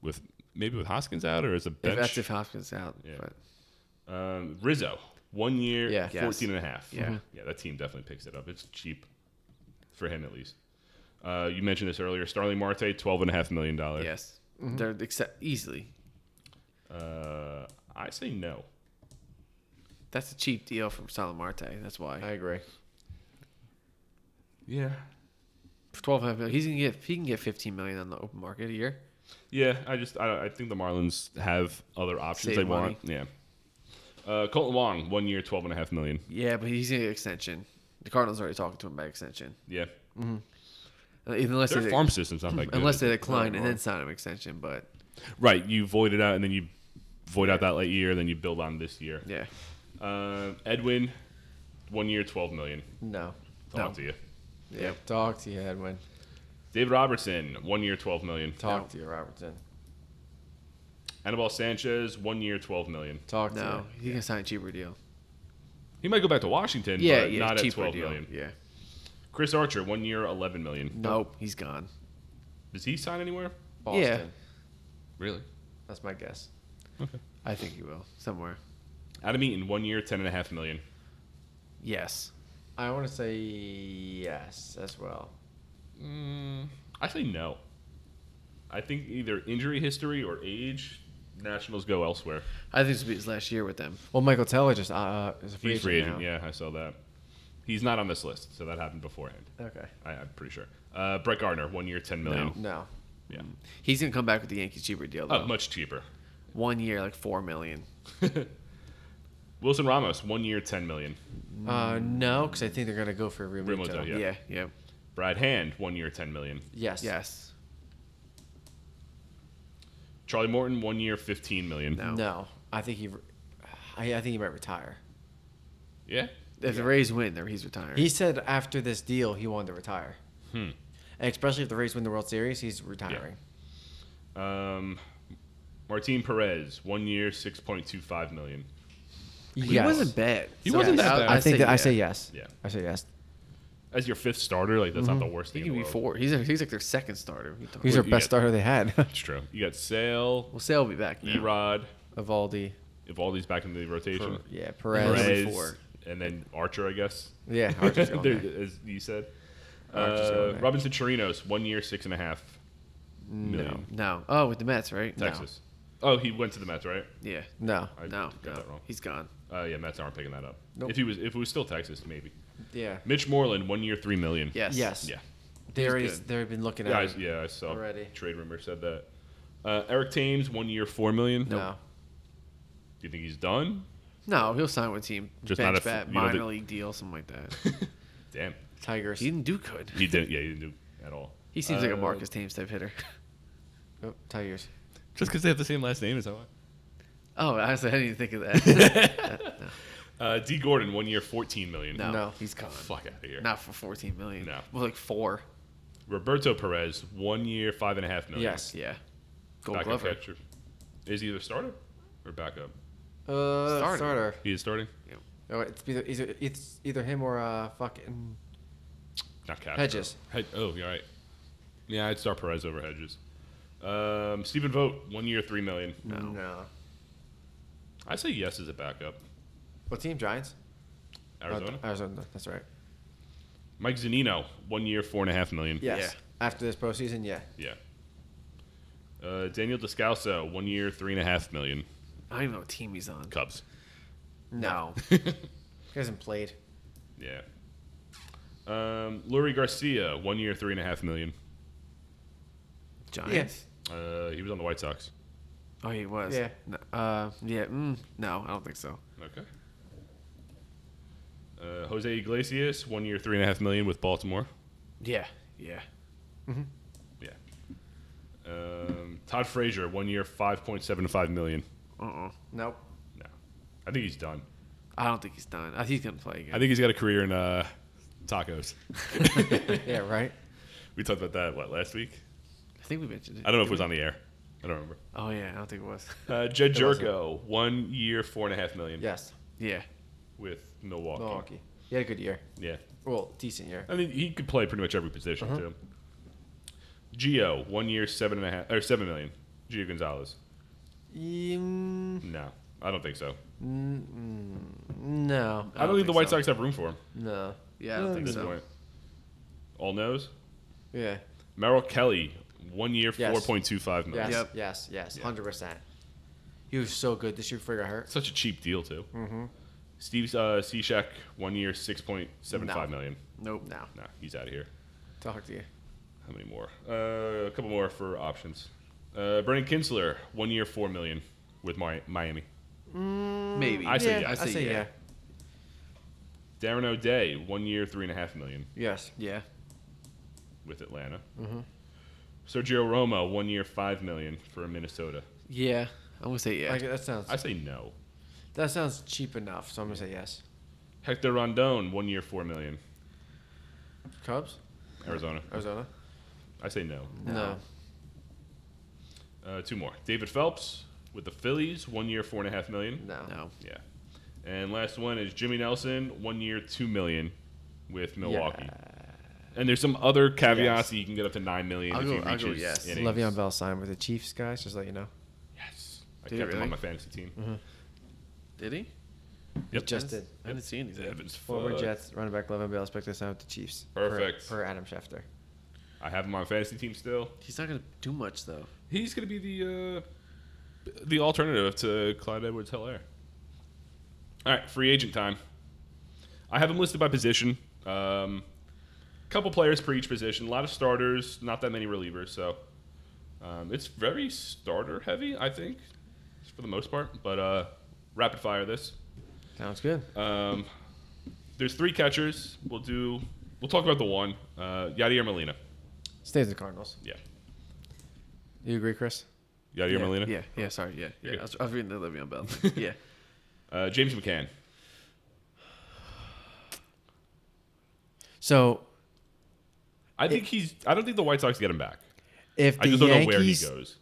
S1: With maybe with Hoskins out or as a bench.
S3: if that's if Hopkins out.
S1: Yeah.
S3: But
S1: Um, Rizzo, one year,
S2: Yeah.
S1: 14 and a half.
S3: Yeah. Mhm.
S1: Yeah, that team definitely picks it up. It's cheap for him, at least. Uh, you mentioned this earlier. Starling Marte, $12.5 million.
S3: yes,
S1: Mm-hmm.
S3: they're accept easily.
S1: Uh, I say no.
S3: That's a cheap deal from Salamarte. That's why
S2: agree.
S1: Yeah.
S3: for twelve half million, he's gonna get he can get fifteen million on the open market a year.
S1: Yeah, I just I, I think the Marlins have other options
S3: Save
S1: they
S3: money.
S1: want. Yeah. Uh, Colton Wong, one year, $12.5 million.
S3: Yeah, but he's gonna get extension. The Cardinals already talking to him by extension,
S1: Yeah.
S3: Uh, unless
S1: Their
S3: they
S1: farm system's not that good.
S3: unless they decline and then sign him extension. But
S1: right, you void it out and then you void out that late year, then you build on this year.
S3: yeah,
S1: Uh, Edwin, one year, $12 million.
S2: No.
S1: Talk
S3: No.
S1: to you.
S2: Yeah. Talk to you, Edwin.
S1: David Robertson, one year, twelve million.
S2: Talk to you, Robertson.
S1: Anibal Sanchez, one year, twelve million.
S2: Talk to
S3: no,
S2: you.
S3: he can sign a cheaper deal.
S1: He might go back to Washington,
S3: Yeah,
S1: but
S3: yeah,
S1: not at
S3: cheaper
S1: twelve
S3: deal.
S1: million.
S3: Yeah,
S1: Chris Archer, one year, eleven million.
S3: nope, he's gone.
S1: Does he sign anywhere?
S2: Boston.
S3: Yeah.
S1: Really?
S2: That's my guess.
S3: I think he will somewhere.
S1: Adam Eaton, one year, ten and a half million.
S3: Yes,
S2: I want to say yes as well.
S1: I say no. I think either injury history or age, Nationals go elsewhere.
S3: I think this will be his last year with them.
S2: Well, Michael Teller just uh, is a free
S1: He's
S2: agent.
S1: free agent. Yeah,
S2: now.
S1: I saw that. He's not on this list, so that happened beforehand.
S2: Okay.
S1: I, I'm pretty sure. Uh, Brett Gardner, one year, ten million.
S3: No.
S2: No.
S1: Yeah.
S3: He's gonna come back with the Yankees cheaper deal though.
S1: Oh, much cheaper.
S3: One year, like four million.
S1: Wilson Ramos, one year, ten million.
S2: Uh, no, because I think they're gonna go for Realmuto.
S1: Realmuto, yeah.
S3: Yeah, yeah,
S1: Brad Hand, one year, ten million.
S2: Yes.
S3: yes.
S1: Charlie Morton, one year, fifteen million.
S3: No.
S2: No, I think he. I, I think he might retire.
S1: Yeah,
S3: If the Rays win, then he's retiring.
S2: He said after this deal, he wanted to retire. Hmm. Especially if the Rays win the World Series, he's retiring.
S1: um, Martin Perez, one year, six point two five million.
S2: Yes.
S3: He wasn't bad.
S1: He wasn't that
S3: I-
S1: bad.
S2: I, think that, I
S3: yeah.
S2: say yes.
S1: Yeah.
S2: I say yes.
S1: As your fifth starter, like that's
S2: Mm-hmm.
S1: not the worst
S3: He
S1: thing.
S3: could
S1: in
S3: be
S1: the world.
S3: four. He's he's like their second starter.
S2: He's our
S1: you
S2: best
S1: get?
S2: starter they had.
S1: It's true. You got Sale,
S3: well, Sale will be back. Now.
S1: Erod,
S2: Evaldi.
S1: Evaldi's back in the rotation.
S2: Yeah.
S3: Perez.
S2: Perez.
S1: Perez,
S3: Before.
S1: and then Archer, I guess.
S2: Yeah. Archer's going
S1: There-
S2: there.
S1: as you said.
S2: Archer's
S1: Uh,
S2: going there.
S1: Robinson Chirinos, one year, six and a half million.
S3: No. Oh, with the Mets, right? No.
S1: Texas. Oh, he went to the Mets, right?
S3: Yeah.
S2: No.
S1: I
S3: no.
S1: got
S3: no.
S1: that wrong.
S3: He's gone.
S1: Uh, yeah, Mets aren't picking that up.
S2: Nope.
S1: If he was, if it was still Texas, maybe.
S2: Yeah.
S1: Mitch Moreland, one year, three million.
S3: Yes.
S2: Yes.
S1: Yeah.
S2: They already
S3: good.
S2: they've been looking
S1: Yeah, I,
S2: at. him.
S1: yeah, I saw.
S2: Already.
S1: Trade rumor said that. Uh, Eric Thames, one year, four million.
S2: No.
S1: Do you think he's done?
S3: No, he'll sign with team.
S1: Just
S3: bench
S1: not if-
S3: bat,
S1: you don't
S3: minor
S1: think-
S3: league deal, something like that.
S1: Damn.
S2: Tigers.
S3: he didn't do good.
S1: He didn't. Yeah, he didn't do at all.
S3: He seems like a
S1: Uh,
S3: Marcus Thames type hitter.
S2: Oh, Tigers.
S1: Just because they have the same last name is that why?
S3: Oh, honestly, I didn't even think of that.
S1: Uh, D. Gordon, one year, fourteen million.
S3: no,
S2: No.
S3: he's gone.
S1: Fuck out of here.
S3: Not for fourteen million.
S1: No.
S3: well, like four.
S1: Roberto Perez, one year, five and a half million.
S2: Yes.
S3: Yeah, Gold
S1: Backup
S3: Glover.
S1: catcher. Is he either starter or backup?
S2: Uh,
S3: Starter.
S2: starter.
S1: He is starting.
S2: Oh, it's either, either it's either him or uh fucking
S1: Not Castro.
S2: Hedges.
S1: Hed- oh, you're right. Yeah, I'd start Perez over Hedges. Um, Stephen Vogt, one year, three million.
S2: no.
S1: I say yes as a backup.
S2: What team? Giants.
S1: Arizona.
S2: Uh, Arizona. That's right.
S1: Mike Zanino, one year, four and a half million.
S2: Yes. After this postseason, yeah.
S1: Yeah. Uh, Daniel Descalso, one year, three and a half million.
S3: I don't even know what team he's on.
S1: Cubs.
S3: No.
S2: He hasn't played.
S1: Yeah. Um, Lurie Garcia, one year, three and a half million.
S3: Giants.
S1: Uh, he was on the White Sox.
S3: Oh, he was.
S2: Yeah.
S3: No, uh, yeah. Mm, no, I don't think so.
S1: Okay. Uh, Jose Iglesias, one year, three and a half million with Baltimore.
S3: Yeah. Yeah.
S1: Yeah. Um, Todd Frazier, one year, five point seven five million.
S3: Uh. uh
S2: Nope.
S1: No, I think he's done.
S3: I don't think he's done. I think he's gonna play
S1: I
S3: again.
S1: think he's got a career in uh, tacos.
S2: Yeah. Right.
S1: we talked about that what last week.
S3: I think we mentioned it.
S1: I don't know if it was on the air. I don't remember.
S3: Oh yeah, I don't think it was.
S1: Uh, Jed
S2: It wasn't.
S1: Jerko, one year, four and a half million
S2: Yes.
S3: yeah.
S1: with Milwaukee.
S2: Milwaukee. He had a good year.
S1: Yeah,
S2: Well, decent year.
S1: I mean he could play pretty much every position
S3: Uh-huh.
S1: too. Gio, one year, seven and a half or seven million. Gio Gonzalez.
S2: Mm,
S1: No, I don't think so.
S2: no. Uh,
S1: I don't, think, the White
S3: so.
S1: Sox have room for him
S2: No.
S3: Uh, Yeah, I don't
S2: No,
S1: at
S3: think
S1: this
S3: so.
S1: point. All knows.
S2: Yeah.
S1: Merrill Kelly, one year,
S2: Yes.
S1: four point two five million.
S2: Yes.
S3: Yep.
S2: Yes. Yes.
S1: Yeah.
S2: Hundred percent. He was so good this year before he got hurt.
S1: Such a cheap deal too.
S2: Mm-hmm.
S1: Steve uh, Cishek, one year, six point seven five
S2: No.
S1: million.
S3: Nope.
S2: No.
S1: No, he's out of here.
S2: Talk to you.
S1: How many more? Uh, a couple more for options. Uh, Brendan Kinsler, one year, four million with Mi- Miami.
S3: Maybe.
S1: Mm. I say
S2: yeah.
S1: yes.
S3: I say yeah.
S1: Darren O'Day, one year, three and a half million
S2: Yes.
S3: Yeah.
S1: with Atlanta.
S2: Mm-hmm.
S1: Sergio Roma, one year, five million for Minnesota.
S3: Yeah. I'm gonna say yeah.
S2: Like, that sounds
S1: I say no.
S2: that sounds cheap enough, so I'm gonna say yes.
S1: Hector Rondon, one year, four million,
S2: Cubs,
S1: Arizona.
S2: Arizona.
S1: I say no.
S2: No.
S1: Uh, two more. David Phelps with the Phillies, one year, four and a half million.
S2: No.
S3: no.
S1: Yeah. And last one is Jimmy Nelson, one year, two million with Milwaukee. And there's some other caveats
S2: Yes.
S1: that you can get up to nine million
S3: I'll
S1: if
S3: go-
S1: he
S3: I'll
S1: reaches
S3: go yes.
S1: innings.
S2: Le'Veon Bell signed with the Chiefs, guys. Just let you know.
S1: Yes. I
S3: Did he
S1: kept him
S3: really?
S1: on my fantasy team.
S3: Did he?
S1: Yep.
S2: Mm-hmm. Just did.
S3: I didn't see anything.
S1: Evans.
S2: Former
S1: fuck.
S2: Jets running back Le'Veon Bell expected to sign with the Chiefs.
S1: Perfect.
S2: Per, per Adam Schefter.
S1: I have him on my fantasy team still.
S3: He's not gonna do much though.
S1: He's going to be the uh, the alternative to Clyde Edwards Hilaire. All right, free agent time. I have him listed by position. Um, couple players per each position. A lot of starters, not that many relievers. So um, it's very starter heavy, I think, for the most part. But uh, rapid fire this.
S2: Sounds good.
S1: Um, there's three catchers. We'll do. We'll talk about the one. Uh, Yadier Molina.
S2: Stays with the Cardinals.
S1: Yeah.
S2: You agree, Chris?
S1: Yadier
S3: yeah,
S1: Molina.
S3: Yeah. Yeah. Sorry. Yeah.
S1: You're good.
S3: Yeah. I was, I was reading the Le'Veon Bell. yeah.
S1: Uh, James McCann.
S2: So
S1: I think he's. I don't think the White Sox get him back.
S2: if
S1: I
S2: the
S1: just don't know where he
S2: Yankees
S1: goes.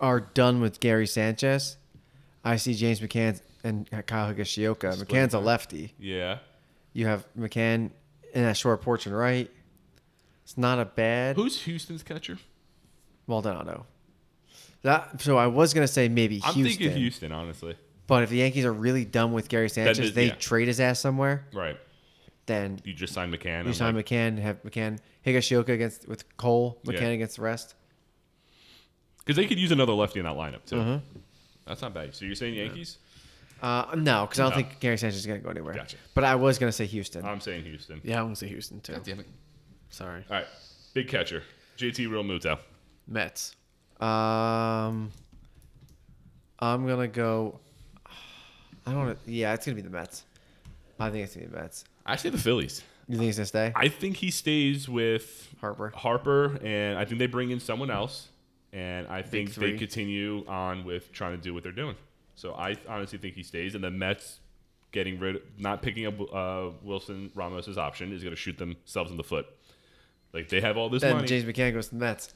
S2: are done with Gary Sanchez, I see James McCann and Kyle Higashioka. McCann's a lefty.
S1: Yeah.
S2: You have McCann in that short porch and right. It's not a bad
S1: Who's Houston's catcher?
S2: Maldonado. That so I was gonna say maybe
S1: I'm
S2: Houston,
S1: thinking Houston, honestly.
S2: but if the Yankees are really done with Gary Sanchez,
S1: is-
S2: they
S1: yeah.
S2: trade his ass somewhere.
S1: Right.
S2: Then
S1: You just signed McCann.
S2: you
S1: I'm
S2: sign
S1: like,
S2: McCann, have McCann Higashioka against with Cole, McCann
S1: Yeah.
S2: against the rest.
S1: Because they could use another lefty in that lineup too.
S2: Uh-huh.
S1: That's not bad. So you're saying Yankees?
S2: Uh, no, because I don't
S1: No.
S2: think Gary Sanchez is gonna go anywhere.
S1: Gotcha. Uh,
S2: But I was gonna say Houston.
S1: I'm saying Houston.
S3: Yeah. I'm gonna say Houston too.
S1: Damn it.
S3: Sorry.
S1: All right. Big catcher. JT Real Muto.
S3: Mets.
S2: Um, I'm gonna go. I don't. wanna- Yeah, it's gonna be the Mets. I think it's gonna be the Mets.
S1: I say the Phillies.
S2: You think it's gonna stay?
S1: I think he stays with
S2: Harper.
S1: Harper, and I think they bring in someone else, and I think they
S3: three.
S1: continue on with trying to do what they're doing. So I honestly think he stays, and the Mets getting rid, not picking up uh, Wilson Ramos's option is going to shoot themselves in the foot. Like they have all this
S2: Then
S1: money,
S2: James McCann goes to the Mets.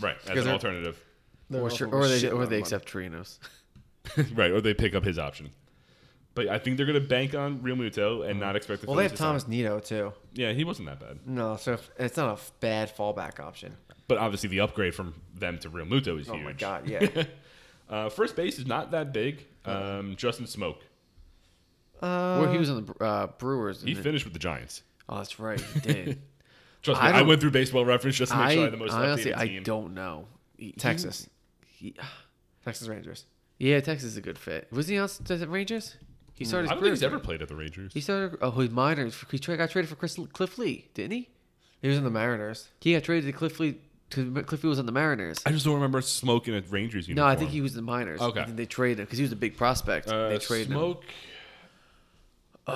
S1: right? As
S2: because
S1: an
S2: they're-
S1: alternative,
S3: Or,
S2: They're
S3: sure,
S2: also
S3: or
S2: shitting
S3: they or
S2: on
S3: they
S2: money.
S3: accept Torinos.
S1: right? Or they pick up his option. But I think they're going to bank on Real Muto and not expect the.
S2: Uh-huh. Well, they
S1: Phillies
S2: have
S1: to sign
S2: Thomas
S1: him.
S2: Nito too.
S1: Yeah, he wasn't that bad,
S2: No, so if, it's not a f- bad fallback option.
S1: but obviously the upgrade from them to Real Muto is
S2: Oh
S1: huge.
S2: my god, yeah.
S1: Uh, first base is not that big. Um, Justin Smoke.
S3: Where he was on the uh, Brewers.
S1: He
S2: Mm-hmm.
S3: and then-
S1: finished with the Giants.
S3: oh, that's right. He did.
S1: Trust me,
S3: I
S1: I,
S3: don't-
S1: went through baseball reference just to make
S3: I,
S1: sure I had the most
S3: honestly,
S1: updated
S3: I
S1: team.
S3: don't know. He- he-
S2: Texas.
S3: he-
S2: Texas Rangers.
S3: yeah, Texas is a good fit. Was he on s- the Rangers? He started.
S1: I
S3: His
S1: don't think he's
S3: career-
S1: ever played at the Rangers.
S3: He started. Oh, his minor. He tra- got traded for Chris, Cliff Lee, didn't he?
S2: He was in the Mariners.
S3: He got traded to Cliff Lee. To, Cliff Lee was on the Mariners.
S1: I just don't remember smoking at Rangers
S3: No,
S1: uniform.
S3: I think he was in the minors.
S1: Okay.
S3: I think they traded him because he was a big prospect.
S1: Uh,
S3: they traded him.
S1: smoke.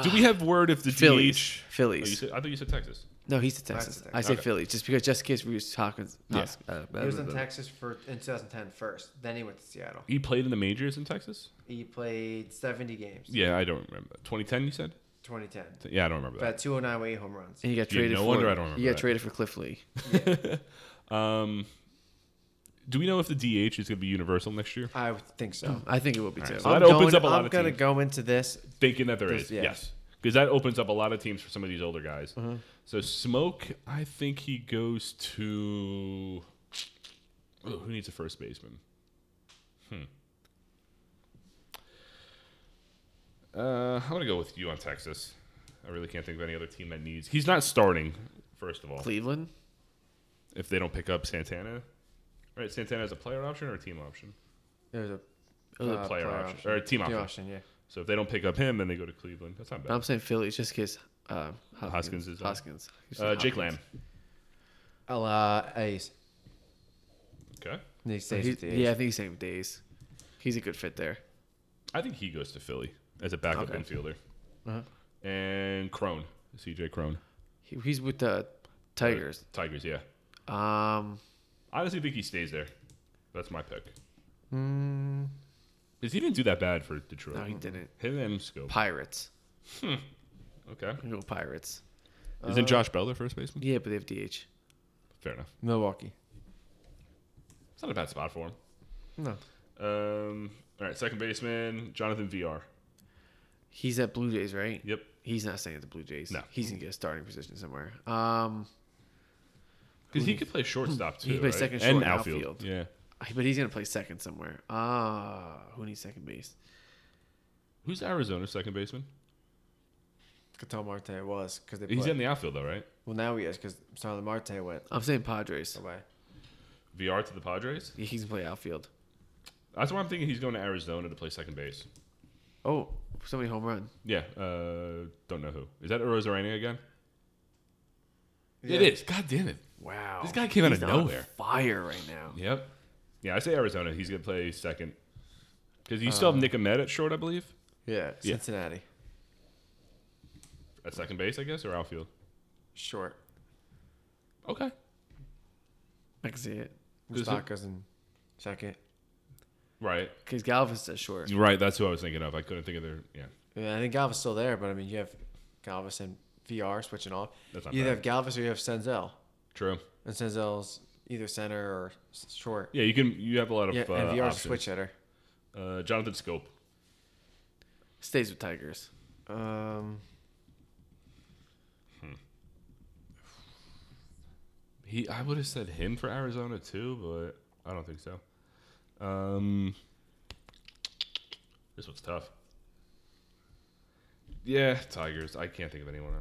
S1: Do we have word if the
S3: Phillies.
S1: DH?
S3: Phillies.
S1: Oh, you said- I thought you said Texas.
S3: No, he's in Texas.
S2: Texas.
S3: I say
S1: Okay.
S3: Philly just because just in case we was talking.
S1: Yeah.
S3: Hos- uh, blah,
S2: He was
S3: blah,
S2: in
S3: blah.
S2: Texas for in 2010 first. Then he went to Seattle.
S1: He played in the majors in Texas.
S2: He played 70 games.
S1: Yeah, I don't remember. 2010, you said?
S2: 2010.
S1: Yeah, I don't remember that.
S2: About 209 with eight home runs.
S3: And he got
S1: Yeah,
S3: traded.
S1: no
S3: for,
S1: wonder I don't remember
S3: He got
S1: that.
S3: traded for Cliff Lee.
S1: Um, do we know if the DH is going to be universal next year?
S2: I would think so.
S3: Oh, I think it would be too.
S1: Um, so- That opens
S2: going,
S1: up a lot
S2: I'm
S1: of
S2: gonna
S1: teams.
S2: go into this.
S1: Thinking that there
S2: There's-
S1: is,
S2: yeah.
S1: yes, because that opens up a lot of teams for some of these older guys. So Smoke, I think he goes to. Oh, who needs a first baseman? Hmm. Uh, I'm gonna go with you on Texas. I really can't think of any other team that needs. He's not starting, first of all.
S3: Cleveland.
S1: If they don't pick up Santana, right? Santana is a player option or a team option?
S2: There's a
S1: It was a
S2: Uh,
S1: player,
S2: player
S1: option,
S2: option.
S1: or a team option.
S2: the option, yeah.
S1: So if they don't pick up him, then they go to Cleveland. That's not bad.
S3: I'm saying Philly just in case. Uh, Hoskins.
S1: Hoskins is on.
S3: Hoskins. He's
S1: Uh,
S3: on
S1: Jake
S3: Hopkins.
S1: Lamb.
S2: I'll, uh, Ace.
S1: Okay.
S2: And he stays
S3: He-
S2: with the A's.
S3: yeah, I think he's saving days. He's a good fit there.
S1: I think he goes to Philly as a backup
S3: Okay.
S1: infielder.
S2: Uh-huh.
S1: And Crone, CJ Crone,
S3: He, he's with the Tigers.
S1: Tigers. Yeah,
S3: Um,
S1: I honestly think he stays there. That's my pick. Because he didn't do that bad for Detroit.
S3: no, he didn't.
S1: Him and Scope.
S3: Pirates.
S1: Okay.
S3: I'm gonna go Pirates.
S1: Isn't Josh Bell their first baseman?
S3: Yeah, but they have DH.
S1: Fair enough.
S2: Milwaukee.
S1: It's not a bad spot for him.
S2: No.
S1: Um. All right, second baseman Jonathan VR.
S3: He's at Blue Jays, right?
S1: Yep.
S3: He's not staying at the Blue Jays.
S1: No.
S3: He's gonna get a starting position somewhere. Um,
S1: Because he could play shortstop too.
S3: He could play
S1: right? and
S3: second, short, and
S1: outfield.
S3: outfield.
S1: Yeah.
S3: but he's gonna play second somewhere. Ah, who needs second base?
S1: Who's Arizona's second baseman?
S2: Catal Marte was because they.
S1: He's
S2: put-
S1: in the outfield though, right?
S2: well, now he is because Starlin Marte went
S3: I'm saying Padres.
S2: away.
S1: VR to the Padres.
S3: Yeah, He can play outfield.
S1: That's why I'm thinking he's going to Arizona to play second base.
S3: Oh, somebody home run.
S1: Yeah, uh, don't know who. Is that Rosarania again? It
S2: Yeah.
S1: is. God damn it.
S3: Wow,
S1: This guy came out
S3: He's
S1: of
S3: on
S1: nowhere.
S3: Fire right now.
S1: Yep. Yeah, I say Arizona. He's going to play second. Because you
S2: Uh.
S1: still have Nick Ahmed at short, I believe.
S2: Yeah,
S1: Yeah.
S2: Cincinnati.
S1: At second base, I guess, or outfield.
S2: Short.
S1: Okay.
S3: I can see it.
S1: Does it-
S2: Mustaka's in second.
S1: Right.
S3: Because Galvin's that short.
S1: You're right. That's who I was thinking of. I couldn't think of their. Yeah.
S2: I, mean, I think Galvis still there, but I mean, you have Galvis and VR switching off.
S1: That's not
S2: You either have Galvis or you have Senzel,
S1: True.
S2: and Senzel's either center or s- short.
S1: Yeah, you can. You have a lot of.
S2: Yeah,
S1: uh,
S2: and VR's a
S1: options.
S2: switch hitter.
S1: Uh, Jonathan Scope.
S3: Stays with Tigers.
S2: Um,
S1: He, I would have said him for Arizona too, but I don't think so. Um, this one's tough. Yeah, Tigers. I can't think of anyone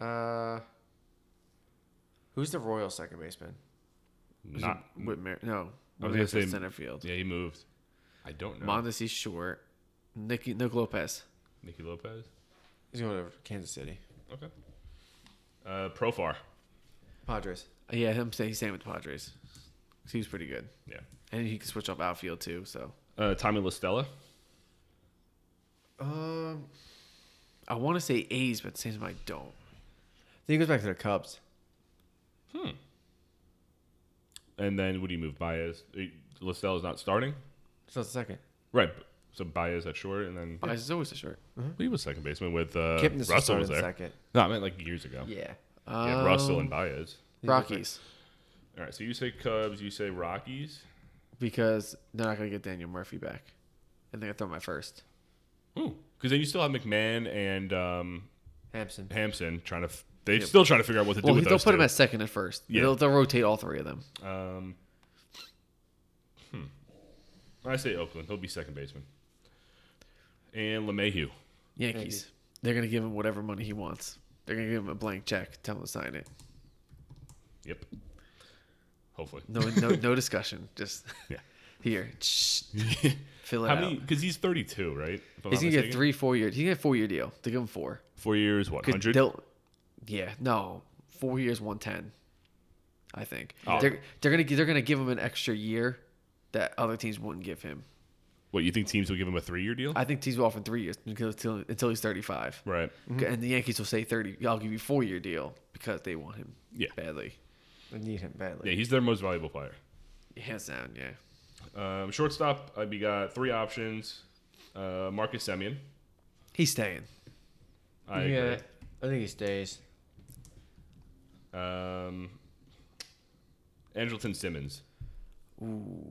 S1: else.
S2: uh, who's the Royal second baseman?
S3: Was
S1: Not.
S3: it Whitmer. No,
S1: I was gonna
S3: Whitmer
S1: say-
S3: center field.
S1: Yeah, he moved. I don't know.
S3: Mondesi short. Nicky Nick Lopez.
S1: Nicky Lopez.
S2: He's going to Kansas City.
S1: Okay. Uh, Profar.
S2: Padres.
S3: Yeah, him saying he's staying with the Padres. 'Cause He was pretty good,
S1: Yeah.
S3: and he can switch up outfield too. So
S1: Uh, Tommy Listella.
S2: Um,
S3: I want to say A's, but at the same time I don't.
S2: then he goes back to the Cubs.
S1: And then would he move Baez? Eh, Listella's not starting.
S2: So it's second.
S1: Right. b- So Baez at short, and then
S3: Bias is always a short.
S1: he was second baseman with uh,
S2: Kipnis is
S1: Russell
S2: starting
S1: was there.
S2: second.
S1: No, I meant like years ago.
S2: Yeah.
S1: Yeah, Russell
S3: Um,
S1: and Baez.
S3: Rockies
S1: All right, so you say Cubs, you say Rockies.
S3: because they're not gonna get Daniel Murphy back, and they got to throw my first.
S1: Ooh, because then you still have McMahon and um,
S2: Hampson.
S1: Hampson trying to. F- they still trying to figure out what to
S3: Well,
S1: do
S3: he-
S1: with
S3: they'll
S1: those
S3: put him
S1: two.
S3: at second at first.
S1: Yeah.
S3: They'll, they'll rotate all three of them.
S1: um, I say Oakland. He'll be second baseman. And LeMahieu.
S3: Yankees.
S2: Yankees.
S3: They're gonna give him whatever money he wants. They're gonna give him a blank check. Tell him to sign it.
S1: Yep. Hopefully.
S3: No, no, no discussion. Just
S1: Yeah.
S3: here, Shh. fill it
S1: How
S3: out.
S1: many? Because he's 32, right? If I'm not
S3: He's gonna get
S1: mistaken?
S3: three, four years. He's gonna get a four year deal. They give him four.
S1: Four years, what,
S3: 'Cause
S1: 100?
S3: they'll- Yeah, no, four years, one ten. I think
S1: Oh.
S3: they're they're gonna gi- they're gonna give him an extra year that other teams wouldn't give him.
S1: What, you think teams will give him a three year deal?
S3: I think teams will offer him three years until until, until he's thirty five.
S1: right.
S3: And the Yankees will say thirty. I'll give you four year deal because they want him
S1: Yeah.
S3: badly.
S2: I need him badly.
S1: Yeah, he's their most valuable player.
S3: Hands down, yeah.
S1: Um, shortstop, uh, we got three options. Uh, Marcus Semien.
S3: He's staying.
S1: I agree.
S2: I think he stays.
S1: Um, Angelton Simmons.
S3: Ooh.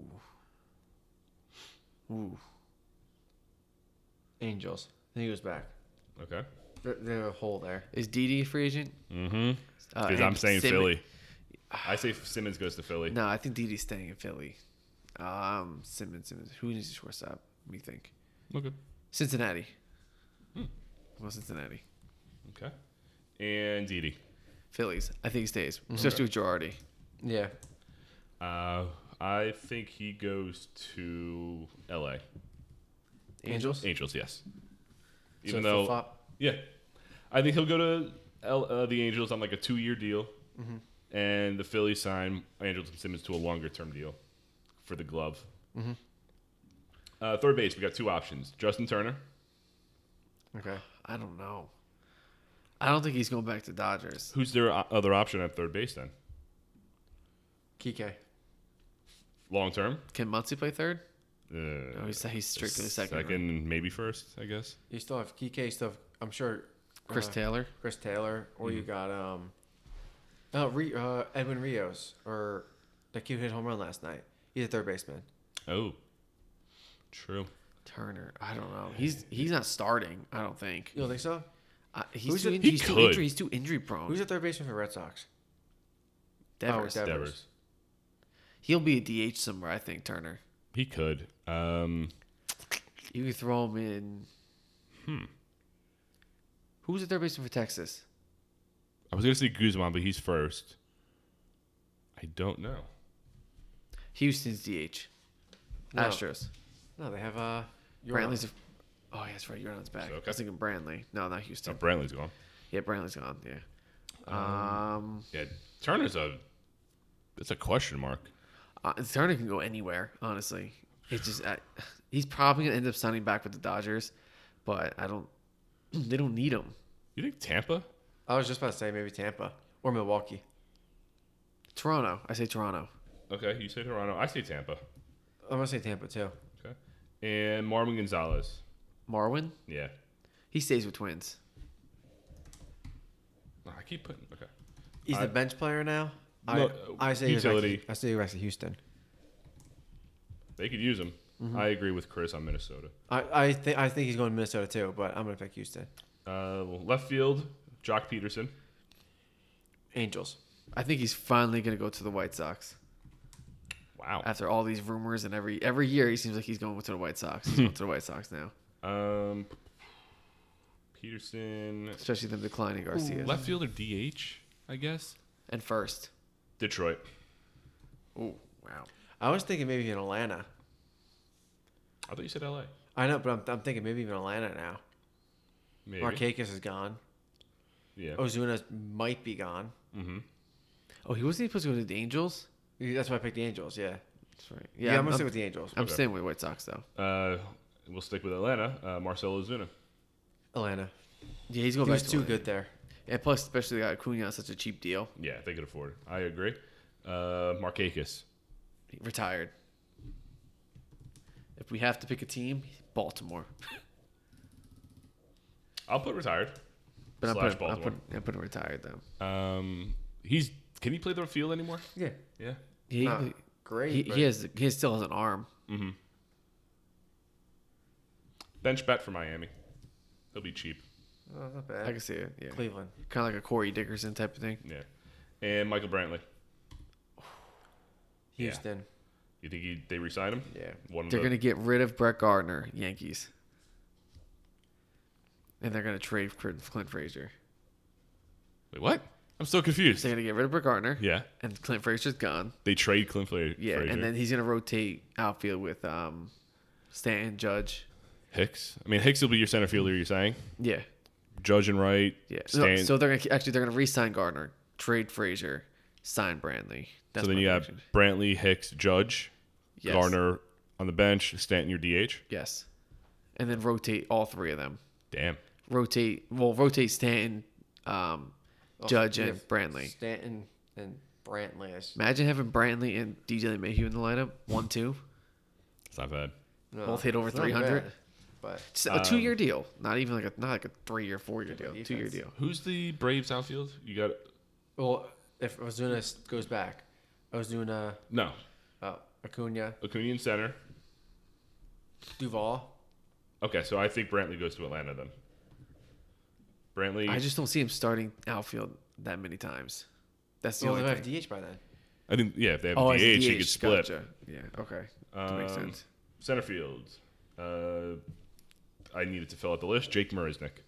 S3: Ooh.
S2: Angels. Then he goes back.
S1: Okay.
S2: There- There's a hole there.
S3: Is DD a free agent?
S1: Mm-hmm.
S3: Uh,
S1: Because I'm
S3: and
S1: saying
S3: Simmons-
S1: Philly. I say Simmons goes to Philly.
S3: No, I think DD's staying in Philly. Um, Simmons, Simmons. Who needs a shortstop? Let me think.
S1: Okay.
S3: Cincinnati. Well, Cincinnati.
S1: Okay. And Didi.
S3: Phillies. I think he stays,
S1: Mm-hmm.
S3: especially with Girardi.
S2: Yeah.
S1: Uh, I think he goes to L.A.
S2: Angels.
S1: Angels, yes.
S2: So
S1: Even
S2: flip
S1: though,
S2: flop.
S1: yeah, I think he'll go to L, uh, the Angels on like a two-year deal,
S3: Mm-hmm.
S1: and the Phillies sign Angelton Simmons to a longer-term deal for the glove.
S3: Mm-hmm.
S1: Uh, third base, we got two options: Justin Turner.
S2: Okay.
S3: I don't know. I don't think he's going back to Dodgers.
S1: Who's their o- other option at third base then?
S2: Kike.
S1: Long term,
S3: Can Muncy play third?
S1: uh,
S3: No, he's, Oh, he's strictly second.
S1: second,
S3: right?
S1: and maybe first, I guess.
S2: You still have Kike. you Still, have, I'm sure.
S3: Chris
S2: uh,
S3: Taylor.
S2: Chris Taylor, or
S3: Mm-hmm.
S2: you got um, uh, Re- uh, Edwin Rios, or the kid who hit home run last night. He's a third baseman.
S1: Oh, true.
S3: Turner. I don't know. He's he's not starting. I don't think.
S2: You don't think so?
S3: Uh, he's,
S2: Who's
S3: too,
S2: the-
S3: in-
S1: He
S3: he's, too
S1: could.
S3: injury, he's too injury prone.
S2: Who's a third baseman for Red Sox?
S3: Devers.
S2: Oh, Devers.
S1: Devers.
S3: He'll be a DH somewhere, I think, Turner.
S1: He could. Um,
S3: You could throw him in. Hmm. Who's the third baseman for Texas?
S1: I was gonna say Guzman, but he's first. I don't know.
S3: Houston's DH.
S2: No.
S3: Astros.
S2: No, they have uh.
S3: Brantley's. A, oh, yeah, that's right. Uran's back. I
S1: Okay.
S3: was thinking Brantley. No, not
S1: Oh,
S3: Houston.
S1: Brantley's gone.
S2: Oh.
S3: yeah, Brantley's gone. Yeah. Um,
S1: Yeah, Turner's a. It's a question mark.
S3: uh, Turner can go anywhere, honestly. It's just I, he's probably gonna end up signing back with the Dodgers, but I don't. They don't need him.
S1: You think Tampa?
S2: I was just about to say maybe Tampa or Milwaukee.
S3: Toronto. I say Toronto.
S1: Okay, you say Toronto. I say Tampa.
S2: I'm gonna say Tampa too.
S1: Okay, and Marvin Gonzalez.
S3: Marwin.
S1: Yeah,
S3: He stays with Twins.
S1: Oh, I keep putting. Okay,
S2: He's
S1: I-
S2: the bench player now.
S1: No,
S2: I, I say he goes back to-
S1: utility.
S2: I say he goes back to Houston.
S1: they could use him. I agree with Chris on Minnesota.
S2: I I think I think he's going to Minnesota too, but I'm gonna pick Houston.
S1: Uh, left field, Jock Peterson.
S2: Angels.
S3: I think he's finally gonna go to the White Sox
S1: Wow.
S3: after all these rumors and every every year he seems like he's going to the White Sox. He's going to the White Sox now,
S1: Um, Peterson,
S3: especially them declining Garcia
S1: left fielder, DH, I guess.
S3: and first.
S1: Detroit.
S3: Oh wow.
S2: I was thinking maybe even Atlanta.
S1: I thought you said L.A.
S2: I know, but I'm, I'm thinking maybe even Atlanta now.
S1: Maybe.
S2: Markakis is gone.
S1: Yeah.
S2: Ozuna might be gone.
S1: Mm-hmm.
S3: Oh, he wasn't supposed to go to the Angels.
S2: That's why I picked the Angels. Yeah.
S3: That's right.
S2: Yeah, I'm, gonna stick with the Angels.
S3: I'm
S1: Okay.
S3: staying with White Sox though.
S1: Uh, we'll stick with Atlanta. Uh, Marcelo Zuna.
S2: Atlanta.
S3: Yeah, he's going
S2: He
S3: back
S2: was
S3: to
S2: too
S3: Atlanta.
S2: good there.
S3: And plus, especially they got Acuna on such a cheap deal.
S1: Yeah, they could afford it. I agree. Uh, Markakis.
S3: He retired. If we have to pick a team, Baltimore.
S1: I'll put retired.
S3: But I'm
S1: Slash
S3: putting, I'm,
S1: Baltimore.
S3: putting, I'm putting retired though.
S1: Um, he's can he play the field anymore?
S2: Yeah.
S1: Yeah.
S3: He,
S2: Not great.
S3: he,
S2: but
S3: he has he still has an arm.
S1: Bench bat for Miami. He'll be cheap.
S2: oh, not
S3: I
S2: bad.
S3: can see it. Yeah,
S2: Cleveland.
S3: kind of like a Corey Dickerson type of thing.
S1: Yeah. And Michael Brantley.
S2: Houston.
S1: You think he, they resign him?
S2: Yeah.
S1: One of
S3: They're
S1: the-
S3: going to get rid of Brett Gardner, Yankees. And they're going to trade Clint Clint Frazier.
S1: Wait, what? I'm so confused.
S3: They're going to get rid of Brett Gardner.
S1: yeah.
S3: And Clint Frazier's gone.
S1: They trade Clint Fra-
S3: Yeah.
S1: Frazier.
S3: And then he's going to rotate outfield with um, Stanton, Judge.
S1: Hicks. I mean, Hicks will be your center fielder. You're saying
S3: Yeah.
S1: Judge and Wright.
S3: Yeah. So,
S1: Stan.
S3: so they're gonna, actually they're going to re-sign Gardner, trade Frazier, sign Brantley.
S1: So then
S3: my
S1: you have
S3: prediction.
S1: Brantley, Hicks, Judge,
S3: Yes.
S1: Garner on the bench, Stanton your DH.
S3: Yes. And then rotate all three of them.
S1: Damn.
S3: Rotate. Well, rotate Stanton, um, Judge,
S2: Oh, yeah,
S3: and Brantley.
S2: Stanton and Brantley. I should-
S3: Imagine having Brantley and DJ LeMahieu in the lineup. One, two.
S1: It's not bad.
S2: no,
S3: Both hit over
S2: it's not
S3: 300.
S2: bad, But
S3: It's a
S1: Um,
S3: two-year deal. Not even like a not like a three-year, four-year deal.
S2: defense.
S3: Two-year deal.
S1: Who's the Braves outfield? You got
S2: well, if Ozuna goes back, Ozuna,
S1: no
S2: uh, Acuna,
S1: Acuna in center.
S2: Duval.
S1: Okay, so I think Brantley goes to Atlanta then. Brantley.
S3: I just don't see him starting outfield that many times. That's the
S2: You'll
S3: only
S2: have
S3: thing.
S2: DH by then.
S1: Oh, I think yeah, if they have a DH,
S3: it's
S1: he could split
S3: Gotcha. Yeah. Okay. That makes
S1: Um,
S3: sense.
S1: center field. Uh, I needed to fill out the list. Jake Marisnik.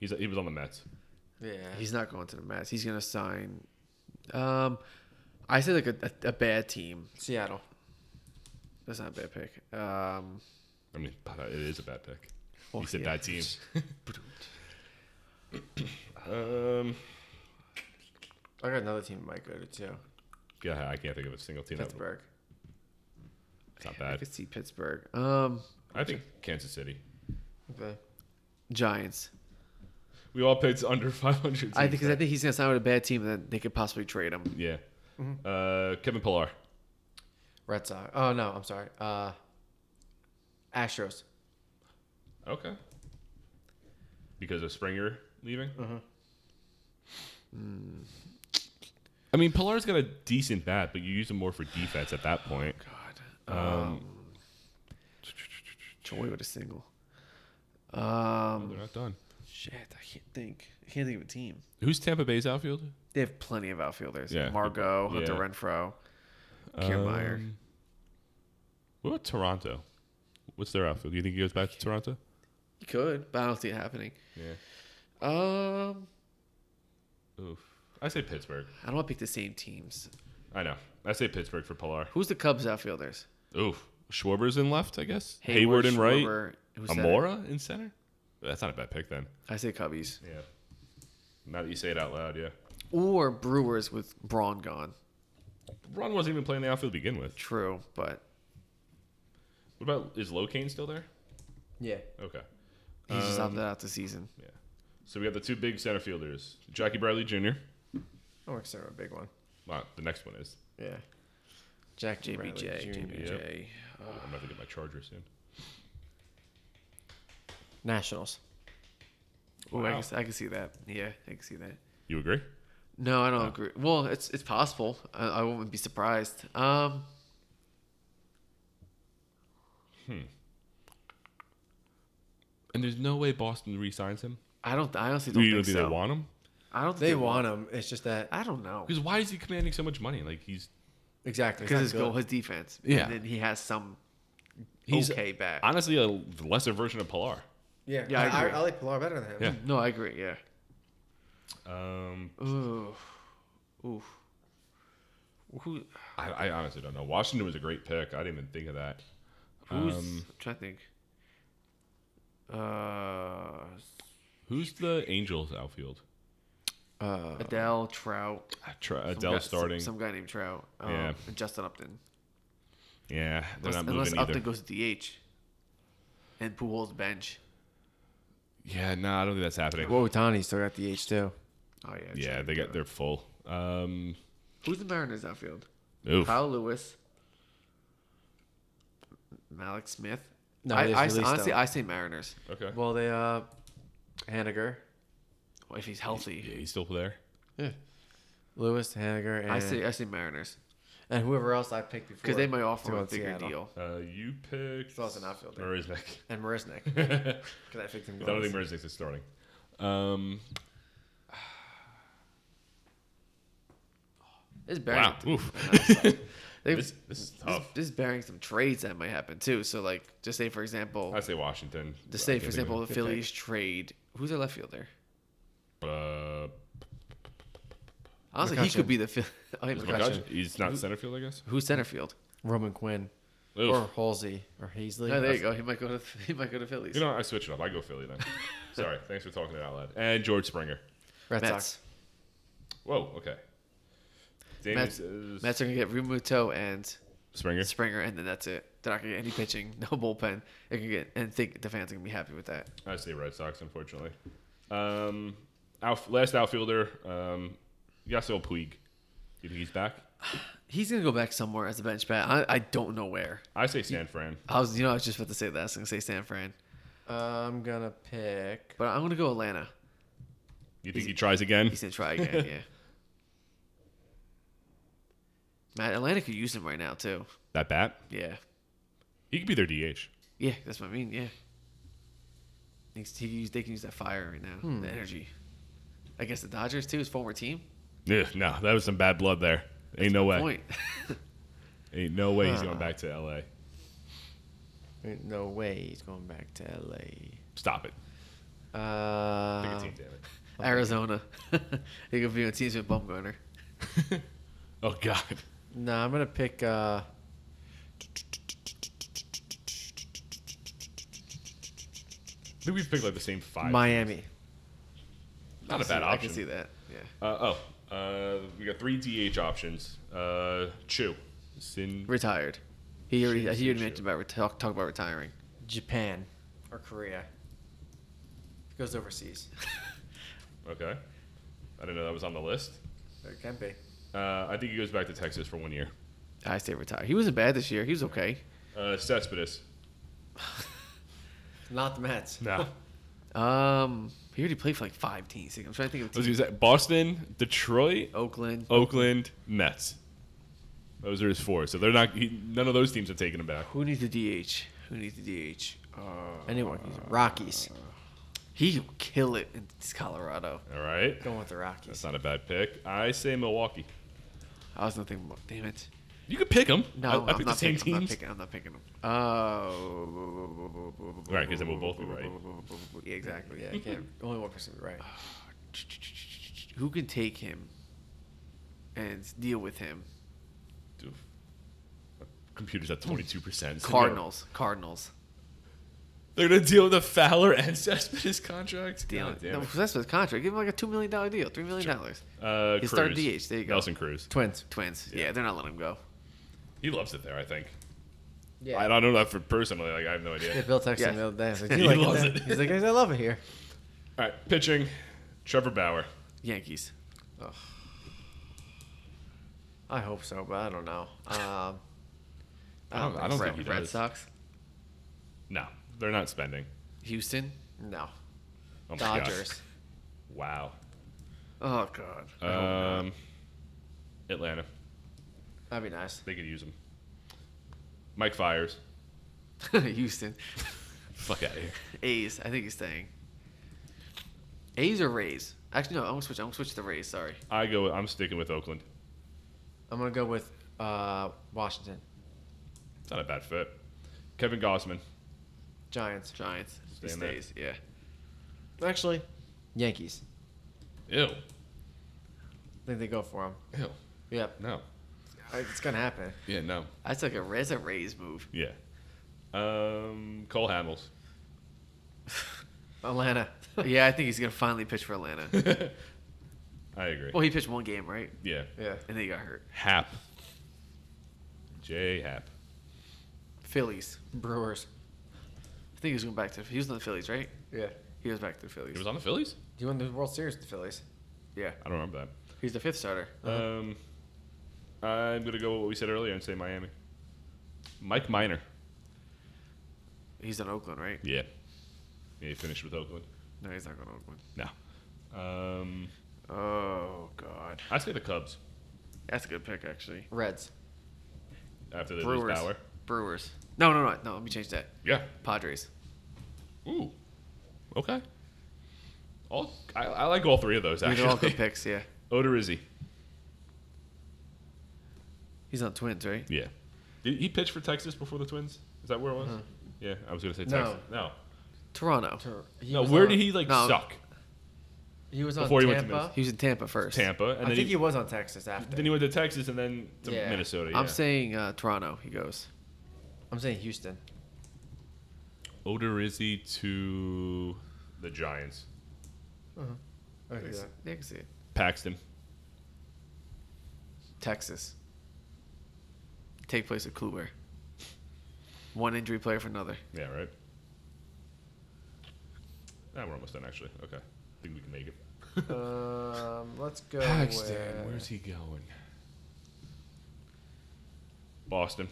S1: He's he was on the Mets.
S2: Yeah.
S3: He's not going to the Mets. He's gonna sign. Um, I said like a, a, a bad team.
S2: Seattle.
S3: That's not a bad pick. Um,
S1: I mean, but it is a bad pick.
S3: Oh,
S1: he said
S3: yeah.
S1: that team. um,
S2: I got another team that might go to too.
S1: God, I can't think of a single team. That's
S2: Pittsburgh.
S1: it's not
S3: I
S1: bad.
S3: could see Pittsburgh. Um,
S1: I think Kansas City.
S2: The
S3: Giants.
S1: We all picked under 500.
S3: I think
S1: teams,
S3: cause I
S1: right?
S3: think he's gonna sign with a bad team, and then they could possibly trade him.
S1: Yeah.
S3: Mm-hmm.
S1: Uh, Kevin Pillar.
S2: Red Sox. Oh no, I'm sorry. Uh, Astros.
S1: Okay. Because of Springer leaving.
S3: Mm-hmm.
S1: I mean, Pillar's got a decent bat, but you use him more for defense at that point.
S3: God. Um, Joy with a single. Um,
S1: They're not done.
S3: shit, I can't think. I can't think of a team.
S1: Who's Tampa Bay's outfield?
S3: They have plenty of outfielders.
S1: Yeah.
S3: Margot, Hunter
S1: Yeah.
S3: Renfro, Kiermaier.
S1: Um, What about Toronto? What's their outfield? Do you think he goes back to Toronto?
S3: You could, but I don't see it happening.
S1: Yeah.
S3: Um,
S1: Oof. I say Pittsburgh.
S3: I don't want to pick the same teams.
S1: I know. I say Pittsburgh for Pilar.
S3: Who's the Cubs outfielders?
S1: Oof. Schwarber's in left, I guess. Hayward, in right.
S3: Schwarber, who's that?
S1: Amora in center? That's not a bad pick then.
S3: I say Cubbies.
S1: Yeah. Now that you say it out loud, yeah.
S3: Or Brewers with Braun gone.
S1: Ron wasn't even playing the outfield to begin with.
S3: True, but
S1: What about is Locane still there?
S2: Yeah.
S1: Okay.
S3: he's just
S1: Um,
S3: opted out the season.
S1: Yeah. So we got the two big center fielders, Jackie Bradley Jr.
S2: I'm excited about a big one.
S1: Well, the next one is.
S2: Yeah. Jack
S3: JBJ,
S2: Bradley Jr.
S3: JBJ.
S1: I'm gonna have to get my charger soon.
S2: Nationals.
S3: Ooh, I,
S1: Wow.
S3: can, s- I can see that. Yeah, I can see that.
S1: You agree?
S3: No, I don't agree. Well, it's it's possible. I, I wouldn't be surprised. Um,
S1: And there's no way Boston re-signs him.
S3: I don't. I honestly
S1: Do
S3: don't
S1: you don't
S3: think
S1: think
S3: so.
S1: they want him?
S3: I don't.
S2: They
S3: think-
S2: want him. It's just that
S3: I don't know
S1: Because why is he commanding so much money? Like he's
S2: exactly
S3: because his
S2: not
S3: goal,
S2: good.
S3: his defense.
S1: Yeah.
S3: and then he has some
S1: he's
S3: okay back.
S1: honestly a lesser version of Pilar.
S2: Yeah.
S3: Yeah, I
S2: I, I,
S3: agree.
S2: I like Pilar better than him.
S1: Yeah.
S3: no, I agree. Yeah.
S1: Um,
S3: Ooh, ooh. Who?
S1: I, I honestly don't know. Washington was a great pick. I didn't even think of that.
S3: Who's?
S1: Um,
S3: I'm trying to think. Uh,
S1: Who's the Angels outfield?
S2: Uh,
S3: Adele Trout.
S1: I try,
S3: some
S1: Adele
S3: guy- some-
S1: starting.
S3: Some, guy named Trout. Um,
S1: Yeah.
S3: and Justin Upton.
S1: yeah, they're
S3: unless
S1: not
S3: unless
S1: moving either.
S3: Upton goes to DH, and Pujols bench.
S1: Yeah, no, I don't think that's happening.
S2: well, Otani still got the H two.
S3: Oh yeah.
S1: yeah,
S3: true.
S1: they got they're full. Um,
S3: Who's the Mariners outfield?
S1: oof.
S3: Kyle Lewis, Malik Smith.
S2: No,
S3: I,
S2: they
S3: I-
S2: released
S3: honestly
S2: him.
S3: I say Mariners.
S1: okay.
S2: Well, they uh, Haniger,
S3: Well, If he's
S1: yeah,
S3: healthy,
S1: he's still there.
S2: Lewis Haniger, and
S3: I say I say Mariners
S2: and whoever else I picked before
S3: because they might offer
S2: to
S3: him a
S2: go to
S3: bigger
S2: Seattle.
S3: deal.
S1: Uh, you picked.
S2: Thought it was an outfielder.
S1: Marisnik.
S2: and Marisnik because I picked him.
S1: I don't think
S2: once.
S1: Marisnik's is starting. Um,
S3: It's
S1: wow.
S3: Barrington.
S1: Oof.
S3: They,
S1: This, this is tough.
S3: This, is bearing some trades that might happen too. So like, just say for example,
S1: I say Washington.
S3: just
S1: I
S3: say
S1: can't think
S3: for
S1: of
S3: example, the
S1: it.
S3: Phillies trade who's their left fielder?
S1: Uh,
S3: Honestly, he
S2: McCutcheon.
S3: could be the Phil- oh, yeah,
S1: is
S3: McCutcheon.
S1: McCutcheon- he's not center field, I guess.
S3: Who's center field?
S2: Roman Quinn
S1: Oof.
S2: or Halsey or Hazley.
S3: No, Oh, there you go. He might go to he might go to Phillies.
S1: You know, I switch it up. I go Philly then. Sorry. Thanks for talking it out loud. And George Springer.
S2: Red
S3: Mets.
S2: Sox.
S1: Whoa. Okay. Damien
S3: Mets,
S1: says-
S3: Mets are gonna get Rumuto and
S1: Springer.
S3: Springer, and then that's it. They're not gonna get any pitching, no bullpen. They can get and think the fans are gonna be happy with that.
S1: I say Red Sox, unfortunately. Um, out, last outfielder, um, Yasiel Puig. You think he's back?
S3: He's gonna go back somewhere as a bench bat. I, I don't know where.
S1: I say San Fran.
S3: I was you know I was just about to say that. I was gonna say San Fran,
S2: I'm gonna pick.
S3: but I'm gonna go Atlanta.
S1: You think he tries again?
S3: He's gonna try again. yeah. Matt, Atlanta could use him right now too.
S1: That bat?
S3: Yeah,
S1: He could be their DH.
S3: yeah, that's what I mean. Yeah, He- he can use- they can use that fire right now,
S2: Hmm.
S3: the energy. I guess the Dodgers too, his former team.
S1: Yeah, no, that was some bad blood there. Ain't no way.
S3: Point.
S1: Ain't no way he's going back to L.A.
S2: Ain't No way he's going back to LA.
S1: Stop it. Pick
S2: Uh,
S1: a team, damn it.
S3: Arizona. he could be on teams with Bumgarner.
S1: Oh God.
S2: no, I'm gonna pick. Uh,
S1: I think we've picked like the same five.
S2: Miami.
S1: Not a bad
S3: I can
S1: option.
S3: see that. Yeah.
S1: Uh, oh, uh, we got three DH options. Uh, Chu, Sin,
S3: Retired. He already
S1: Shit,
S3: he
S1: shit,
S3: already mentioned about reti- talk, talk about retiring.
S2: Japan or Korea. It goes overseas.
S1: Okay. I didn't know that was on the list.
S2: It can be.
S1: Uh, I think he goes back to Texas for one year.
S3: I say retire. He wasn't bad this year. He was okay.
S1: Uh, Cespedes.
S2: Not the Mets.
S1: No.
S3: Um, he already played for like five teams. I'm trying to think of teams.
S1: Boston, Detroit,
S3: Oakland.
S1: Oh. Oakland, Mets. Those are his four. So they're not. He, none of those teams have taken him back.
S3: Who needs the DH? Who needs the DH? Uh,
S2: Anyone. Rockies.
S3: he will kill it in Colorado.
S1: All right.
S2: Going with the
S1: That's
S2: Rockies.
S1: not a bad pick. I say Milwaukee.
S3: I was not thinking. Damn it.
S1: You could pick him.
S3: No,
S1: I, I
S3: I, am
S1: picked
S3: not
S1: the same
S3: picking, I'm not
S1: teams.
S3: picking. I'm not picking him. Oh.
S1: Right, 'cause then we'll both be right.
S3: Yeah, exactly.
S2: Yeah, I can't, only one person right.
S3: Who can take him and deal with him?
S1: Oof. Computer's at twenty two percent.
S3: Cardinals. Cardinals.
S1: They're gonna deal with the Fowler and Cespedes contract.
S3: Deal.
S1: God
S3: it.
S1: damn
S3: no,
S1: it.
S3: that's his contract. Give him like a two million dollar deal, three million dollars.
S1: Uh,
S3: He's starting
S1: Cruz.
S3: DH. There you go.
S1: Nelson Cruz.
S2: Twins.
S3: Twins.
S1: Yeah.
S3: Yeah. they're not letting him go.
S1: He loves it there. I think.
S2: Yeah.
S1: I don't know that for personally. Like I have no
S2: Yeah,
S1: idea.
S2: Bill texted
S3: Yeah.
S2: me the other day. I was like,
S1: He
S2: "You like
S1: loves
S2: it,
S1: it.
S2: it. He's like, I love it here.
S1: All right, pitching, Trevor Bauer.
S3: Yankees.
S2: I hope so, but I don't know. Um,
S1: I don't, I don't
S3: Red,
S1: think he
S3: Red
S1: does.
S3: Sox.
S1: No, they're not spending.
S3: Houston.
S2: no.
S1: Oh my gosh.
S2: Dodgers.
S1: Wow.
S3: Oh God.
S1: Um, Atlanta.
S2: That'd be nice.
S1: They could use him. Mike Fires.
S3: Houston.
S1: Fuck out of here.
S3: A's. I think he's staying. A's or Rays? Actually, no. I'm gonna switch. I'm gonna switch to the Rays. Sorry.
S1: I go. I'm sticking with Oakland.
S2: I'm going to go with uh, Washington.
S1: It's not a bad fit. Kevin Gossman.
S2: Giants.
S3: Giants. He
S1: Staying there.
S3: stays. Yeah.
S2: Actually, Yankees.
S1: Ew.
S2: I think they go for him.
S1: Ew.
S2: Yep.
S1: No.
S2: It's going to happen.
S1: Yeah. No.
S3: That's like a that's a Rays move.
S1: Yeah. Um, Cole Hamels.
S2: Atlanta.
S3: yeah, I think he's gonna finally pitch for Atlanta.
S1: I agree.
S3: Well, he pitched one game, right?
S1: Yeah.
S2: Yeah.
S3: And then he got hurt.
S1: Hap. J. Hap.
S3: Phillies.
S2: Brewers.
S3: I think he was going back to. He was on the Phillies, right?
S2: Yeah.
S3: He was back to the
S1: He
S3: Phillies.
S1: was on the Phillies.
S2: He won the World Series with the Phillies.
S3: Yeah.
S1: I don't remember that.
S3: He's the fifth starter.
S1: Um, I'm gonna go with what we said earlier and say Miami. Mike Miner.
S3: He's in Oakland, right?
S1: Yeah. Yeah, he finished with Oakland.
S3: No, he's not going to Oakland.
S1: No. Um,
S3: Oh God,
S1: I say the Cubs
S3: that's a good pick actually.
S2: Reds.
S1: after they lose
S3: Brewers.
S1: Bauer.
S3: Brewers. No, no, no, no. Let me change that.
S1: Yeah.
S3: Padres.
S1: Ooh. Okay. All I, I like all three of those
S3: These are all good
S1: actually.
S3: picks. Yeah.
S1: Odorizzi.
S3: He's not twins, right?
S1: Yeah. Did he pitch for Texas before the Twins? Is that where it was? Yeah, I was gonna say
S3: No.
S1: Texas. No,
S3: Toronto.
S2: He
S1: no.
S2: was
S1: Where
S2: on-
S1: did he like
S3: no.
S1: suck?
S2: He was on
S1: before he went to
S2: Tampa.
S1: Minnesota?
S3: He was in Tampa first.
S1: Tampa, and
S2: I
S1: then
S2: think
S1: he,
S2: he was on Texas after.
S1: then he went to Texas, and then to
S2: Yeah.
S1: Minnesota. Yeah.
S3: I'm saying uh, Toronto. He goes.
S2: I'm saying Houston.
S1: Odorizzi to the Giants.
S3: Yeah. I can see it.
S1: Paxton.
S3: Texas. Take place at Kluber. One injury player for another.
S1: Yeah, right. Ah, we're almost done, actually. Okay, I think we can make it.
S2: um, let's go. with-
S1: he going? Boston.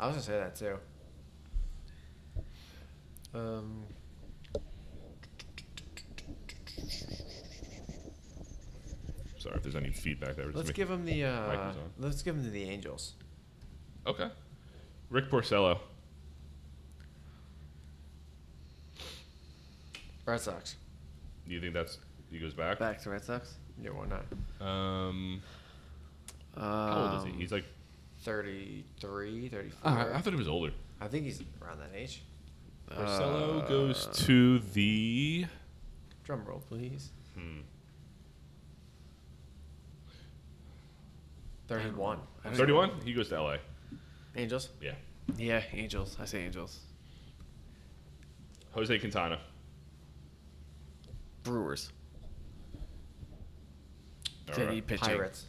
S2: I was gonna say that too. Um,
S1: Sorry if there's any feedback there. Just
S2: let's
S1: make-
S2: give him the. Uh,
S1: Vikings on.
S2: let's give him the Angels.
S1: Okay. Rick Porcello.
S2: Red Sox.
S1: Do you think that's he goes back?
S3: Back to Red Sox.
S2: Yeah, why not?
S1: Um,
S3: Um,
S1: how old is he? He's like.
S2: 33, 34.
S1: Oh, I, I thought he was older.
S2: I think he's around that age.
S1: Porcello goes to the.
S2: Drum roll, please. Thirty-one.
S3: I don't
S1: 31? He goes to LA.
S2: Angels.
S1: Yeah.
S3: Yeah, Angels. I say Angels.
S1: Jose Quintana.
S3: Brewers.
S1: All
S3: They
S1: right.
S3: need pitching.
S2: Pirates.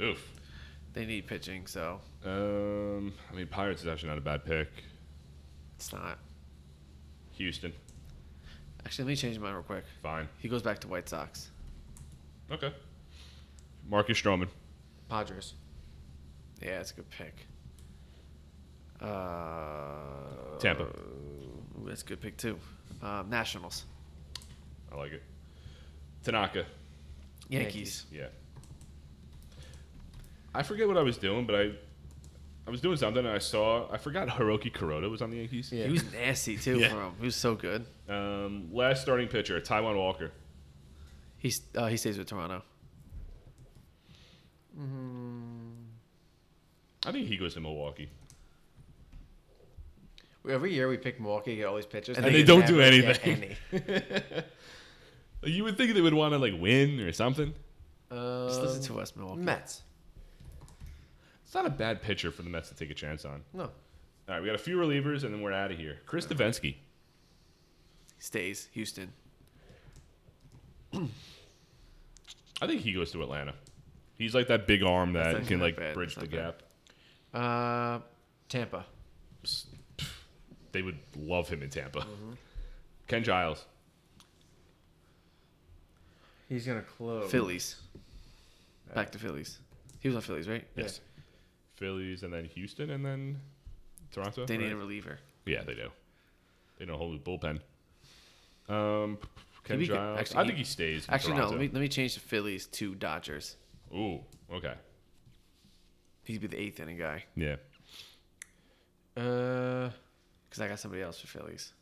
S1: Oof.
S3: They need pitching, so
S1: Um, I mean, Pirates is actually not a bad pick.
S3: it's not.
S1: Houston.
S3: Actually, let me change mine real quick.
S1: Fine.
S3: He goes back to White Sox.
S1: Okay. Marcus Stroman.
S2: Padres.
S3: Yeah, it's a good pick. Uh,
S1: Tampa.
S3: ooh, that's a good pick too. Um, Nationals.
S1: I like it. Tanaka.
S3: Yankees.
S1: Yeah. I forget what I was doing, but I I was doing something and I saw I forgot Hiroki Kuroda was on the Yankees.
S2: Yeah.
S3: He was nasty too
S1: Yeah.
S3: for him. He was so good.
S1: Um, last starting pitcher, Taiwan Walker.
S3: He's uh, he stays with Toronto.
S1: I think he goes to Milwaukee.
S2: Every year we pick Milwaukee, get all these pitchers,
S3: And they
S2: just
S1: don't do
S2: never get
S1: anything. You would think they would want to like win or something.
S2: any.
S3: Just listen
S2: Um,
S3: to us, Milwaukee.
S2: Mets.
S1: It's not a bad pitcher for the Mets to take a chance on.
S2: No.
S1: All right, we got a few relievers and then we're out of here. Chris Davinsky.
S3: Stays Houston.
S1: I think he goes to Atlanta. He's like that big arm that
S3: not
S1: can
S3: that
S1: like
S3: bad.
S1: bridge the
S3: That's not
S1: gap.
S2: Uh, Tampa.
S1: S- pff, They would love him in Tampa.
S3: Mm-hmm.
S1: Ken Giles.
S2: He's gonna close.
S3: Phillies. Back to Phillies. He was on Phillies, right?
S1: Yes. Phillies and then Houston and then Toronto.
S3: They
S1: right?
S3: need a reliever.
S1: Yeah, they do. They don't hold the bullpen. Um, Ken
S3: Maybe he could-
S1: Giles.
S3: actually,
S1: I
S3: he-
S1: think he stays. in
S3: Actually, no.
S1: Toronto.
S3: Let me, let me change the Phillies to Dodgers.
S1: Ooh, okay.
S3: He'd be the eighth inning guy
S1: Yeah.
S2: Uh,
S3: because I got somebody else for Phillies.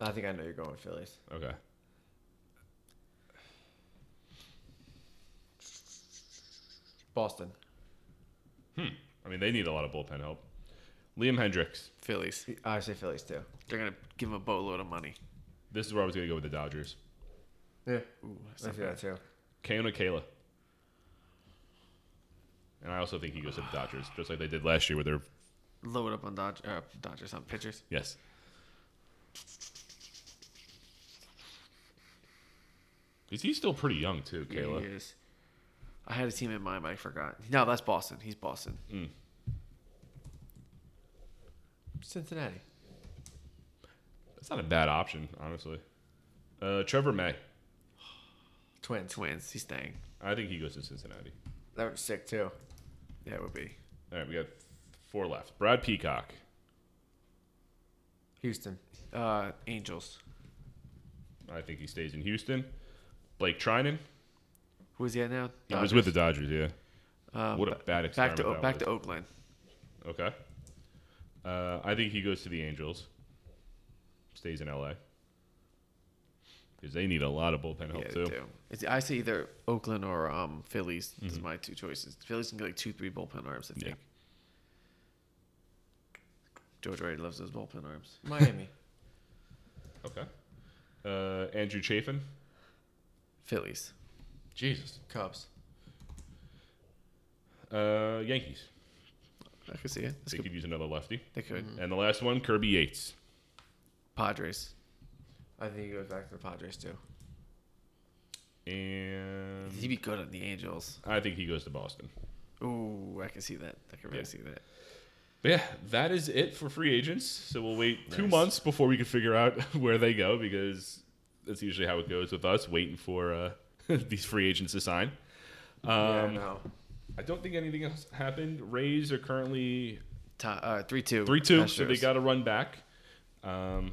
S2: I think I know you're going with Phillies.
S1: Okay.
S2: Boston.
S1: I mean, they need a lot of bullpen help. Liam Hendricks.
S3: Phillies.
S2: I say Phillies too.
S3: They're gonna give him a boatload of money.
S1: This is where I was going to go with the Dodgers.
S2: Yeah.
S3: Ooh, that's
S2: I
S3: not
S2: say that too.
S1: Keona Kayla. And I also think he goes to the Dodgers, just like they did last year with their.
S3: bad. load up on Dodge, uh, Dodgers on pitchers.
S1: Yes. Is he still pretty young, too, Kayla?
S3: He is. I had a team in mind, but I forgot. No, that's Boston. He's Boston.
S1: Mm.
S2: Cincinnati.
S1: That's not a bad option, honestly. Uh, Trevor May.
S2: Twins.
S3: Twins. He's staying.
S1: I think he goes to Cincinnati.
S2: That would be sick too.
S3: Yeah, it would be.
S1: All right, we got four left. Brad Peacock.
S2: Houston.
S3: Uh, Angels.
S1: I think he stays in Houston. Blake Trinan.
S3: Who is he at now?
S1: He was
S3: Dodgers.
S1: with the Dodgers, yeah.
S3: Uh,
S1: what a bad
S3: back
S1: experiment.
S3: to
S1: that
S3: back to
S1: was.
S3: Oakland.
S1: Okay. Uh, I think he goes to the Angels. Stays in LA. because they need a lot of bullpen help
S3: Yeah,
S1: too.
S3: they do. It's, I say either Oakland or um, Phillies. Is my two choices. Phillies can get like two, three bullpen arms. I think.
S1: Mm-hmm. Yeah.
S3: George already loves those bullpen arms.
S2: Miami.
S1: Okay. Uh, Andrew Chafin.
S3: Phillies.
S1: Jesus.
S2: Cubs.
S1: Uh, Yankees.
S3: I could see it. That's
S1: They
S3: good.
S1: could Mm-hmm. use another lefty.
S3: They could.
S1: And the last one, Kirby Yates.
S3: Padres.
S2: I think he goes back to the Padres too.
S1: And
S3: He'd be good on the Angels.
S1: I think he goes to Boston.
S3: Ooh, I can see that. I can really
S1: Yeah.
S3: see that.
S1: But yeah, that is it for free agents. So we'll wait two
S3: Nice.
S1: months before we can figure out where they go because that's usually how it goes with us, waiting for uh, these free agents to sign.
S2: yeah,
S1: Um,
S2: no.
S1: I don't think anything else happened. Rays are currently
S3: Ti- uh, three two.
S1: three two, so they got to run back. Um,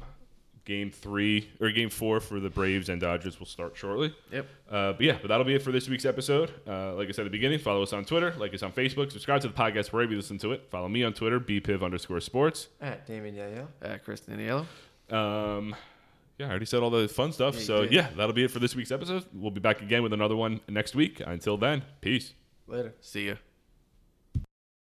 S1: game three or game four for the Braves and Dodgers will start shortly.
S3: Yep.
S1: Uh, but yeah, but that'll be it for this week's episode. Uh, like I said at the beginning, follow us on Twitter, like us on Facebook, subscribe to the podcast wherever you listen to it. Follow me on Twitter, bpiv underscore sports.
S2: At Damon Yayo.
S3: Uh, Chris Naniello.
S1: Um, yeah, I already said all the fun stuff.
S3: Yeah, you
S1: so
S3: did.
S1: yeah, that'll be it for this week's episode. We'll be back again with another one next week. Until then, peace.
S2: Later.
S3: See ya.